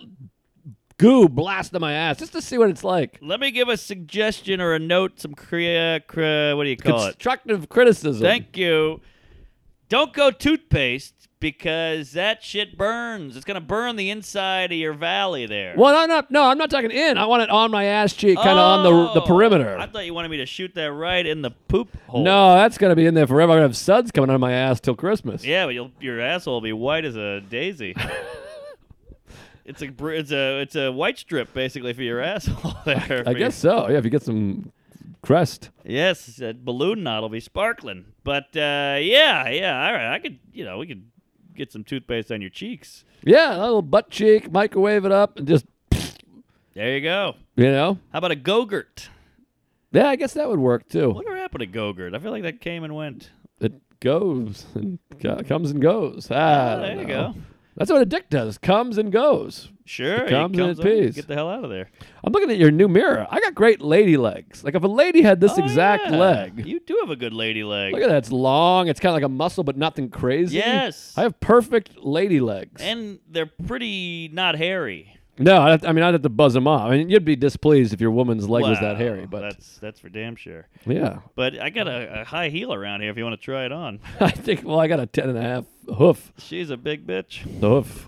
[SPEAKER 1] goo blast in my ass just to see what it's like.
[SPEAKER 2] Let me give a suggestion or a note, some crea, cre- what do you call it?
[SPEAKER 1] Constructive criticism.
[SPEAKER 2] Thank you. Don't go toothpaste because that shit burns. It's gonna burn the inside of your valley there.
[SPEAKER 1] well, I'm not. No, I'm not talking in. I want it on my ass cheek, kind of on the the
[SPEAKER 2] Oh,
[SPEAKER 1] perimeter.
[SPEAKER 2] I thought you wanted me to shoot that right in the poop hole.
[SPEAKER 1] no, that's gonna be in there forever. I'm gonna have suds coming out of my ass till Christmas.
[SPEAKER 2] Yeah, but you'll, your asshole will be white as a
[SPEAKER 1] [LAUGHS]
[SPEAKER 2] daisy. it's a br- it's a it's a white strip basically for your asshole [LAUGHS] there.
[SPEAKER 1] I
[SPEAKER 2] for
[SPEAKER 1] guess so. Yeah, if you get some crest.
[SPEAKER 2] your- yes, that balloon knot will be sparkling. But uh, yeah, yeah, all right. I could you know we could get some toothpaste on your cheeks.
[SPEAKER 1] Yeah, a little butt cheek, microwave it up, and just
[SPEAKER 2] There you go.
[SPEAKER 1] you know.
[SPEAKER 2] How about a gogurt?
[SPEAKER 1] Yeah, I guess that would work too.
[SPEAKER 2] Whatever happened to gogurt? I feel like that came and went.
[SPEAKER 1] It goes and co- comes and goes. Ah,
[SPEAKER 2] Oh, there you go.
[SPEAKER 1] That's what a dick does. Comes and goes.
[SPEAKER 2] Sure,
[SPEAKER 1] It
[SPEAKER 2] it
[SPEAKER 1] comes in
[SPEAKER 2] comes
[SPEAKER 1] its
[SPEAKER 2] on,
[SPEAKER 1] peace.
[SPEAKER 2] Get the hell out of there.
[SPEAKER 1] I'm looking at your new mirror. I got great lady legs. Like if a lady had this
[SPEAKER 2] Oh,
[SPEAKER 1] exact
[SPEAKER 2] yeah.
[SPEAKER 1] leg.
[SPEAKER 2] You do have a good lady leg.
[SPEAKER 1] Look at that. It's long. It's kind of like a muscle, but nothing crazy.
[SPEAKER 2] Yes.
[SPEAKER 1] I have perfect lady legs.
[SPEAKER 2] and they're pretty not hairy.
[SPEAKER 1] no, I, I mean I'd have to buzz them off. I mean you'd be displeased if your woman's leg was that
[SPEAKER 2] Wow,
[SPEAKER 1] hairy, but
[SPEAKER 2] that's that's for damn sure.
[SPEAKER 1] yeah, [LAUGHS]
[SPEAKER 2] But I got a, a high heel around here if you want to try it on.
[SPEAKER 1] I think. Well, I got a ten and a half hoof.
[SPEAKER 2] She's a big bitch.
[SPEAKER 1] The hoof.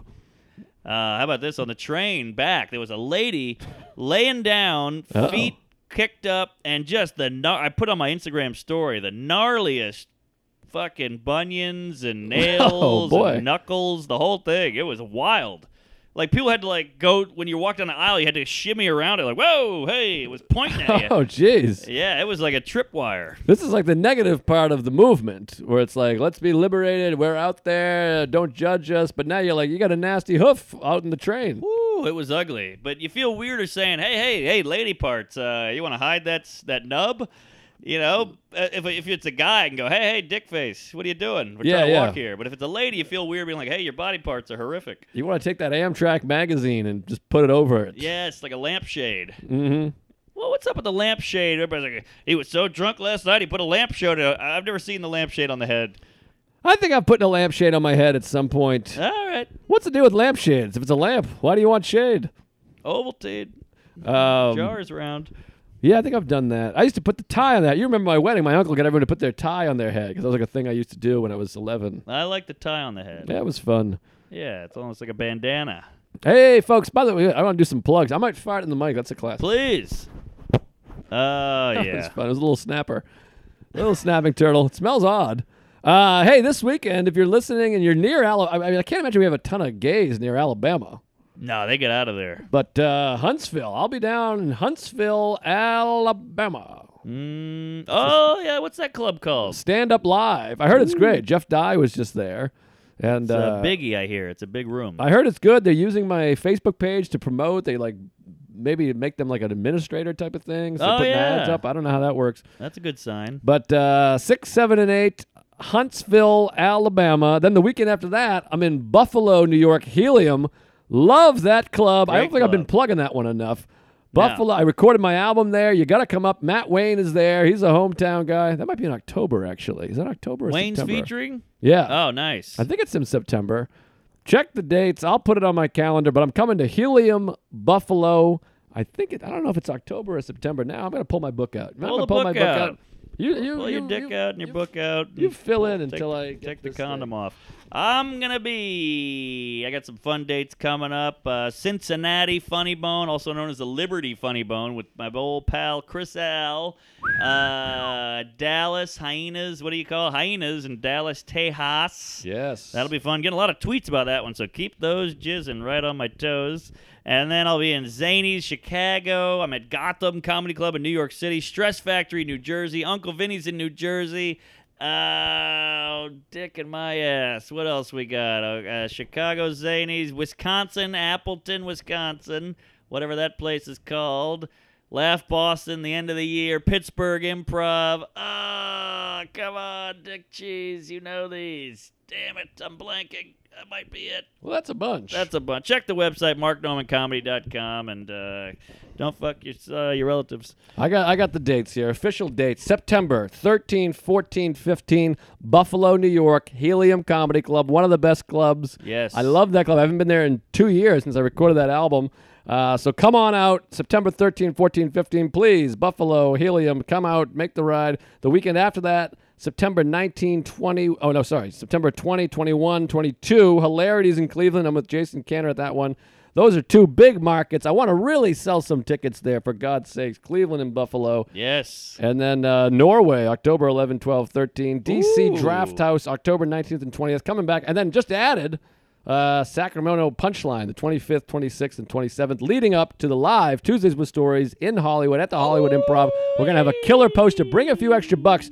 [SPEAKER 2] Uh, how about this? On the train back, there was a lady laying down,
[SPEAKER 1] Uh-oh.
[SPEAKER 2] feet kicked up, and just the. gnar I put on my Instagram story the gnarliest fucking bunions
[SPEAKER 1] [LAUGHS]
[SPEAKER 2] and nails
[SPEAKER 1] Oh, boy.
[SPEAKER 2] and knuckles, the whole thing. It was wild. Like people had to like go when you walked down the aisle, you had to shimmy around it. Like whoa, hey, it was pointing at you.
[SPEAKER 1] [LAUGHS] Oh, jeez.
[SPEAKER 2] Yeah, it was like a tripwire.
[SPEAKER 1] This is like the negative part of the movement, where it's like, let's be liberated. We're out there. Don't judge us. But now you're like, you got a nasty hoof out in the train.
[SPEAKER 2] Woo, it was ugly. But you feel weirder saying, "Hey, hey, hey, lady parts, uh, you want to hide that s- that nub?" You know, Uh, if if it's a guy, I can go, "Hey, hey, dick face, what are you doing? We're
[SPEAKER 1] Yeah,
[SPEAKER 2] trying to
[SPEAKER 1] yeah.
[SPEAKER 2] walk here." But if it's a lady, you feel weird being like, "Hey, your body parts are horrific."
[SPEAKER 1] You want to take that Amtrak magazine and just put it over it.
[SPEAKER 2] Yes, like a lampshade.
[SPEAKER 1] Mm-hmm.
[SPEAKER 2] well, what's up with the lampshade? Everybody's like, he was so drunk last night, he put a lampshade. on-" I've never seen the lampshade on the head.
[SPEAKER 1] I think I'm putting a lampshade on my head at some point.
[SPEAKER 2] All right,
[SPEAKER 1] What's the deal with lampshades? If it's a lamp, why do you want shade?
[SPEAKER 2] Ovaltine
[SPEAKER 1] Um,
[SPEAKER 2] jars round.
[SPEAKER 1] Yeah, I think I've done that. I used to put the tie on that. You remember my wedding? My uncle got everyone to put their tie on their head because that was like a thing I used to do when I was 11.
[SPEAKER 2] I like the tie on the head.
[SPEAKER 1] That was fun.
[SPEAKER 2] Yeah, it's almost like a bandana.
[SPEAKER 1] Hey, folks, by the way, I want to do some plugs. I might fart in the mic. That's a class.
[SPEAKER 2] Please. Oh
[SPEAKER 1] It was
[SPEAKER 2] yeah.
[SPEAKER 1] fun. It was a little snapper, a little snapping turtle. It smells odd. Uh, hey, this weekend, if you're listening and you're near Alabama, I mean, I can't imagine we have a ton of gays near Alabama,
[SPEAKER 2] No, they get out of there.
[SPEAKER 1] but uh, Huntsville, I'll be down in Huntsville, Alabama.
[SPEAKER 2] Mm, oh yeah, what's that club called? It's
[SPEAKER 1] Stand up live. I heard it's great. Jeff Dye was just there, and uh,
[SPEAKER 2] a biggie, I hear. It's a big room.
[SPEAKER 1] I heard it's good. They're using my Facebook page to promote. They like maybe make them like an administrator type of thing. So they're
[SPEAKER 2] Oh,
[SPEAKER 1] putting
[SPEAKER 2] yeah.
[SPEAKER 1] ads up. I don't know how that works.
[SPEAKER 2] That's a good sign.
[SPEAKER 1] But uh, six, seven, and eight, Huntsville, Alabama. Then the weekend after that, I'm in Buffalo, New York, Helium. Love that club. I
[SPEAKER 2] Great
[SPEAKER 1] don't think I've been
[SPEAKER 2] club.
[SPEAKER 1] plugging that one enough. Buffalo, I recorded my album there. You got to come up. Matt Wayne is there. He's a hometown guy. That might be in October, actually. Is that October or
[SPEAKER 2] Wayne's
[SPEAKER 1] September?
[SPEAKER 2] featuring.
[SPEAKER 1] Yeah.
[SPEAKER 2] Oh, nice.
[SPEAKER 1] Uh, I think it's in September. Check the dates. I'll put it on my calendar, but I'm coming to Helium, Buffalo. I think it, I don't know if it's October or September now. I'm going to pull my book out. I'm
[SPEAKER 2] Pull
[SPEAKER 1] gonna
[SPEAKER 2] the
[SPEAKER 1] pull my
[SPEAKER 2] book
[SPEAKER 1] book
[SPEAKER 2] out.
[SPEAKER 1] out. You, you,
[SPEAKER 2] Pull
[SPEAKER 1] you,
[SPEAKER 2] your dick
[SPEAKER 1] you-
[SPEAKER 2] out and your
[SPEAKER 1] you-
[SPEAKER 2] book out.
[SPEAKER 1] You
[SPEAKER 2] and
[SPEAKER 1] fill in
[SPEAKER 2] take,
[SPEAKER 1] until I get
[SPEAKER 2] take the
[SPEAKER 1] this thing.
[SPEAKER 2] condom off. I'm gonna be. I got some fun dates coming up. Uh, Cincinnati Funny Bone, also known as the Liberty Funny Bone, with my old pal Chris Al. Uh, Dallas Hyenas. What do you call it? hyenas in Dallas Tejas?
[SPEAKER 1] Yes.
[SPEAKER 2] That'll be fun. Getting a lot of tweets about that one, so keep those jizzing right on my toes. And then I'll be in Zanies, Chicago. I'm at Gotham Comedy Club in New York City, Stress Factory, New Jersey, Uncle Vinny's in New Jersey. Oh, dick in my ass. What else we got? Uh, uh, Chicago Zanies, Wisconsin, Appleton, Wisconsin, whatever that place is called. Laugh Boston, the end of the year, Pittsburgh Improv. Ah, come on, Dick Cheese, you know these. Damn it, I'm blanking. That might be it.
[SPEAKER 1] well, that's a bunch.
[SPEAKER 2] That's a bunch. Check the website, marknormancomedy.com, and uh, don't fuck your, uh, your relatives.
[SPEAKER 1] I got I got the dates here. Official dates: September 13, 14, 15, Buffalo, New York, Helium Comedy Club, one of the best clubs.
[SPEAKER 2] Yes.
[SPEAKER 1] I love that club. I haven't been there in two years since I recorded that album. Uh, so come on out, September 13, 14, 15, please. Buffalo, Helium, come out, make the ride. The weekend after that, September 19, 20. Oh, no, sorry. September 20, 21, 22. Hilarities in Cleveland. I'm with Jason Cantor at that one. Those are two big markets. I want to really sell some tickets there, for God's sakes. Cleveland and Buffalo.
[SPEAKER 2] Yes.
[SPEAKER 1] And then uh, Norway, October 11, 12, 13. DC
[SPEAKER 2] Ooh.
[SPEAKER 1] Draft House, October 19th and 20th. Coming back. And then just added uh, Sacramento Punchline, the 25th, 26th, and 27th, leading up to the live Tuesdays with Stories in Hollywood at the Hollywood Improv. We're going to have a killer poster. Bring a few extra bucks.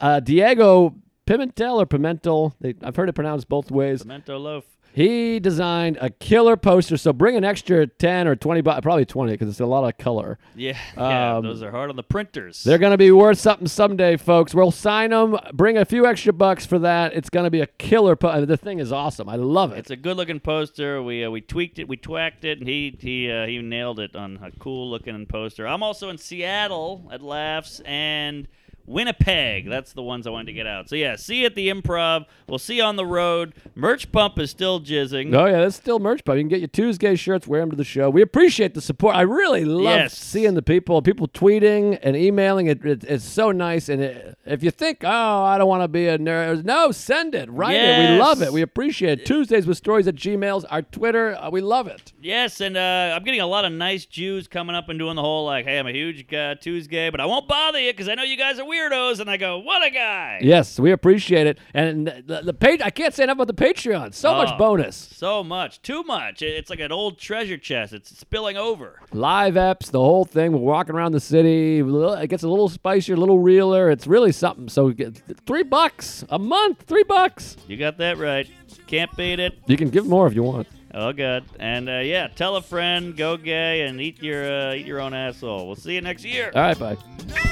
[SPEAKER 1] Uh, Diego Pimentel or Pimentel, they, I've heard it pronounced both ways.
[SPEAKER 2] Pimento loaf.
[SPEAKER 1] He designed a killer poster. So bring an extra 10 or 20, bu- probably 20, because it's a lot of color.
[SPEAKER 2] Yeah, yeah,
[SPEAKER 1] Um,
[SPEAKER 2] those are hard on the printers.
[SPEAKER 1] They're going to be worth something someday, folks. We'll sign them, bring a few extra bucks for that. It's going to be a killer. Po- the thing is awesome. I love it.
[SPEAKER 2] It's a good-looking poster. We uh, we tweaked it, we twacked it, and he he uh, he nailed it on a cool-looking poster. I'm also in Seattle at Laughs and Winnipeg. That's the ones I wanted to get out. So yeah, see you at the Improv. We'll see you on the road. Merch pump is still jizzing.
[SPEAKER 1] Oh, yeah, that's still merch, but you can get your Tuesday shirts, wear them to the show. We appreciate the support. I really love
[SPEAKER 2] Yes.
[SPEAKER 1] seeing the people, people tweeting and emailing. It, it- It's so nice. And it, if you think, oh, I don't want to be a nerd, no, send it. Write it. We
[SPEAKER 2] Yes.
[SPEAKER 1] love it. We appreciate it. Tuesdays with Stories at Gmail's, our Twitter. Uh, we love it.
[SPEAKER 2] Yes, and uh, I'm getting a lot of nice Jews coming up and doing the whole like, "Hey, I'm a huge uh, Tuesday, but I won't bother you because I know you guys are weirdos." And I go, "What a guy!"
[SPEAKER 1] Yes, we appreciate it. And the, the page, I can't say enough about the Patreon. So
[SPEAKER 2] Oh.
[SPEAKER 1] much bonus.
[SPEAKER 2] So much, too much. It- It's like an old treasure chest. It's spilling over.
[SPEAKER 1] live apps, the whole thing. We're walking around the city. It gets a little spicier, a little realer. It's really something. So get- three bucks a month, three bucks.
[SPEAKER 2] You got that right. Can't beat it.
[SPEAKER 1] You can give more if you want.
[SPEAKER 2] Oh, good. And uh, yeah, tell a friend, go gay, and eat your uh, eat your own asshole. We'll see you next year.
[SPEAKER 1] All right, bye.
[SPEAKER 3] Now